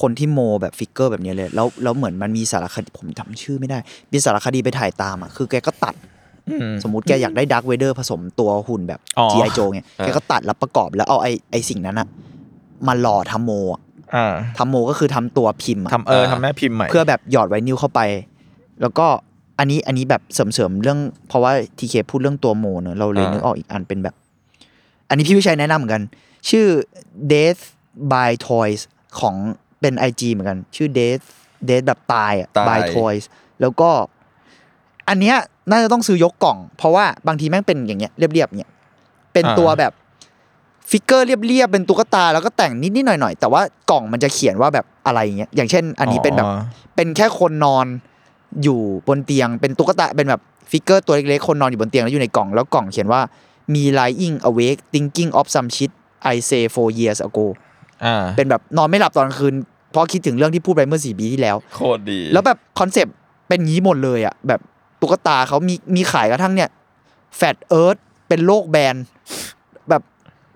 [SPEAKER 4] คนที่โมแบบฟิกเกอร์แบบเนี้ยเลย แล้วแล้วเหมือนมันมีสารคดีผมจำชื่อไม่ได้ มีสารคดีไปถ่ายตามอ่ะคือแกก็ตัด
[SPEAKER 2] อืม
[SPEAKER 4] สมมติแกอยากได้ดักเวเดอร์ผสมตัวหุ่นแบบ
[SPEAKER 2] อ๋อ
[SPEAKER 4] G.I. Joe เนี่ยแกก็ตัดแล้วประกอบแล้วเอาไอไอสิ่งนั้นอะมาหล่อทำโมอะ
[SPEAKER 2] อ่า
[SPEAKER 4] ทำโมก็คือทำตัวพิมพ์อะ
[SPEAKER 2] ทำเออทำแม่พิมพ์ใหม่
[SPEAKER 4] เพื่อแบบหยอดไวนิลเข้าไป แล้วก็อันนี้อันนี้แบบเสริมๆเรื่อง เพราะว่าทีเคพูดเรื่องตัวโมเนอะเราเลยนึกออกอีกอันเป็นแบบ อันนี้พี่วิชัยแนะนำเหมือนกัน ชื่อ death by toys ของเป็น IG เหมือนกัน ชื่อ death death แบบตายอะ
[SPEAKER 3] ตาย
[SPEAKER 4] by toys แล้วก็ อันเนี้ยน่าจะต้องซื้อยกกล่อง เพราะว่าบางทีแม่งเป็นอย่างเงี้ยเรียบๆเนี่ยเป็น
[SPEAKER 2] อ่า
[SPEAKER 4] ตัวแบบ ฟิกเกอร์เรียบๆเป็นตุ๊กตาแล้วก็แต่งนิดๆหน่อยๆแต่ว่ากล่องมันจะเขียนว่าแบบอะไรอย่างเงี้ยอย่างเช่น อันนี้เป็นแบบ เป็นแค่คนนอนอยู่บนเตียงเป็นตุ๊กตาเป็นแบบฟิกเกอร์ตัวเล็กๆ คนนอนอยู่บนเตียงแล้วอยู่ในกล่องแล้วกล่องเขียนว่ามี lying awake thinking of some shit I say four years ago
[SPEAKER 2] อ่า
[SPEAKER 4] เป็นแบบนอนไม่หลับตอนกลางคืน เพราะคิดถึงเรื่องที่พูดไปเมื่อสี่ปีที่แล้ว
[SPEAKER 3] โคตรดี
[SPEAKER 4] แล้วแบบคอนเซปต์เป็นงี้หมดเลยอ่ะแบบตุ๊กตาเขามีมีขายกระทั่งเนี่ยแฟตเอิร์ธเป็นโรคแบน แบบ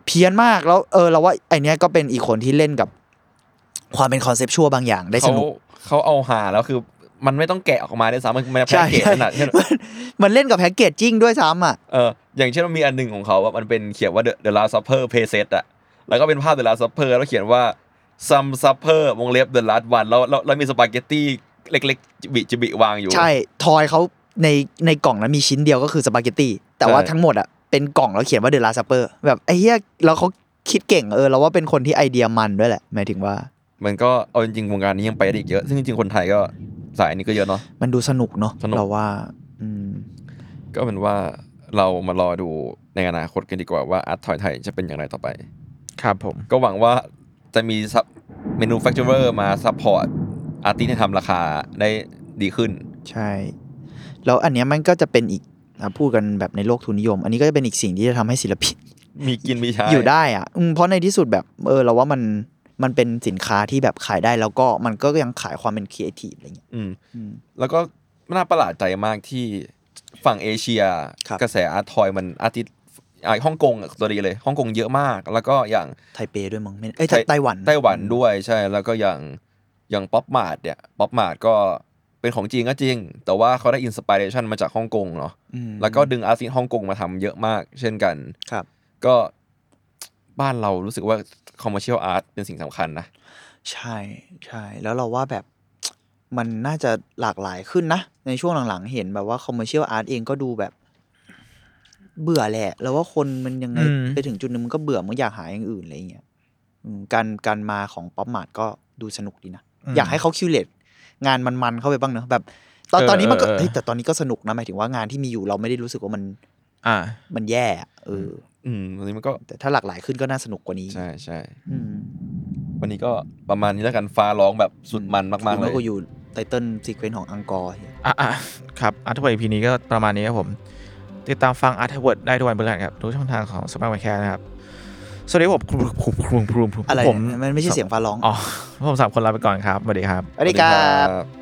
[SPEAKER 4] เพี้ยนมากแล้วเออเราว่าไอเนี้ยก็เป็นอีกคนที่เล่นกับ ความเป็นคอนเซปชวลบางอย่างได้ส
[SPEAKER 3] เขา
[SPEAKER 4] นุก
[SPEAKER 3] เขาเอาหาแล้วคือมันไม่ต้องแกะออกมาด้วยซ้ำมันมันแพ็กเกจขนาดที่
[SPEAKER 4] มันมันเล่นกับแพ็กเกจจิ้งด้วยซ้ำอ่ะ
[SPEAKER 3] เอออย่างเช่นมันมีอันหนึ่งของเขาว่ามันเป็นเขียนว่า The The Last Supper p a y s e t อะแล้วก็เป็นภาพ The Last Supper แล้วเขียนว่า Some Supper วงเล็บ The Last One แล้วแล้วแล้วมีสปาเกตตี้เล็กๆจิบิจิบิวางอยู่
[SPEAKER 4] ใช่ ทอยเขาในในกล่องนั้นมีชิ้นเดียวก็คือสปาเกตตี้ แต่ว่า
[SPEAKER 3] ใช่
[SPEAKER 4] ทั้งหมดอ่ะ เป็นกล่องแล้วเขียนว่าเดลาซัปเปอร์ แบบไอ้เหี้ยแล้วเขาคิดเก่งเออเราว่าเป็นคนที่ไอเดียมันด้วยแหละ หมายถึงว่า
[SPEAKER 3] มันก็เอาจริงๆวงการนี้ยังไปได้อีกเยอะ ซึ่งจริงๆคนไทยก็สายนี้ก็เยอะเนาะ
[SPEAKER 4] มันดูสนุกเนาะ
[SPEAKER 3] สนุก
[SPEAKER 4] เราว่า อืม
[SPEAKER 3] ก็เป็นว่าเรามารอดูในอนาคตกันดีกว่าว่าอาร์ตทอยไทยจะเป็นอย่างไรต่อไป
[SPEAKER 2] ครับผม
[SPEAKER 3] ก็หวังว่าจะมีซับเมนูแฟคเจอร์มาซัพพอร์ตอาร์ติสให้ทำราคาได้ดีขึ้น
[SPEAKER 4] ใช่ แล้วอันเนี้ยมันก็จะเป็นอีกอ่ะพูดกันแบบในโลกทุนนิยม อันนี้ก็จะเป็นอีกสิ่งที่จะทำให้ศิลปิน
[SPEAKER 3] มีกินมีใช้
[SPEAKER 4] อยู่ได้อ่ะอืมเพราะในที่สุดแบบเออเราว่ามันมันเป็นสินค้าที่แบบขายได้แล้วก็มันก็ยังขายความเป็นครีเอทีฟอะไรเงี้ย
[SPEAKER 3] อืม
[SPEAKER 4] อืม
[SPEAKER 3] แล้วก็น่าประหลาดใจมากที่ฝั่งเอเชีย
[SPEAKER 4] ครับ
[SPEAKER 3] กระแสอาร์ตทอยมันอาร์ติสอ่าฮ่องกงอะตัวดีเลยฮ่องกงเยอะมาก แล้วก็อย่าง
[SPEAKER 4] ไทเปด้วยมั้งไม่เอ้ยไต้ไต้หวัน
[SPEAKER 3] ไต้หวันด้วยใช่แล้วก็อย่างอย่างป๊อปมาดเนี่ยป๊อปมาดก็เป็นของจีนก็จริง แต่ว่าเขาได้อินสปิเรชันมาจากฮ่องกงเนาะ
[SPEAKER 4] อืม
[SPEAKER 3] แล้วก็ดึงอาร์ติสฮ่องกงมาทำเยอะมาก เช่นกัน
[SPEAKER 4] ครับ
[SPEAKER 3] ก็บ้านเรารู้สึกว่าคอมเมอร์เชียลอาร์ตเป็นสิ่งสำคัญนะ
[SPEAKER 4] ใช่ใช่ แล้วเราว่าแบบ มันน่าจะหลากหลายขึ้นนะ ในช่วงหลังๆ เห็นแบบว่าคอมเมอร์เชียลอาร์ตเองก็ดูแบบ เบื่อแหละ แล้วว่าคนมันยังไง
[SPEAKER 2] อืม
[SPEAKER 4] ไปถึงจุดหนึงมันก็เบื่อมันอยากหาอย่างอื่นอะไรอย่างเงี้ยอืมการการมาของป๊อปมาร์ทก็ดูสนุกดีนะ
[SPEAKER 2] ม
[SPEAKER 4] อยากให้เขาคิวเลตงานมันๆเข้าไปบ้างเนอะแบบ ตอนตอนนี้มันก็
[SPEAKER 2] เออเออ
[SPEAKER 4] เฮ้ยแต่ตอนนี้ก็สนุกนะหมายถึงว่างานที่มีอยู่เราไม่ได้รู้สึกว่ามัน
[SPEAKER 2] อ่า
[SPEAKER 4] มันแย่อะเออ
[SPEAKER 3] อืมตอนนี้มันก็
[SPEAKER 4] แต่ถ้าหลากหลายขึ้นก็น่าสนุกกว่านี้
[SPEAKER 3] ใช่ใช่
[SPEAKER 4] อืม
[SPEAKER 3] วันนี้ก็ประมาณนี้แล้วกันฟ้าร้องแบบสุดมันมากๆเลย
[SPEAKER 4] แล้วก็อยู่ไตเติ้ลซีเควนต์ของอังกอร์เนี่ย
[SPEAKER 2] อ่ะอ่ะครับอาร์ทเวิร์ดพีนี้ก็ประมาณนี้ครับผม ติดตามฟังอาร์ทเวิร์ดได้ทุกวันพฤหัสครับทุกช่องทางของสมาร์ทแคร์นะครับ สวัสดีครับผมผมผมผมผม
[SPEAKER 4] อะไร
[SPEAKER 2] ผม
[SPEAKER 4] เนี่ยมันไม่ใช่เสียงฟ้าร้อง
[SPEAKER 2] อ๋อผมสามคนลาไปก่อนครับสวัสดีครับ
[SPEAKER 4] สวัสดีครับ
[SPEAKER 3] บ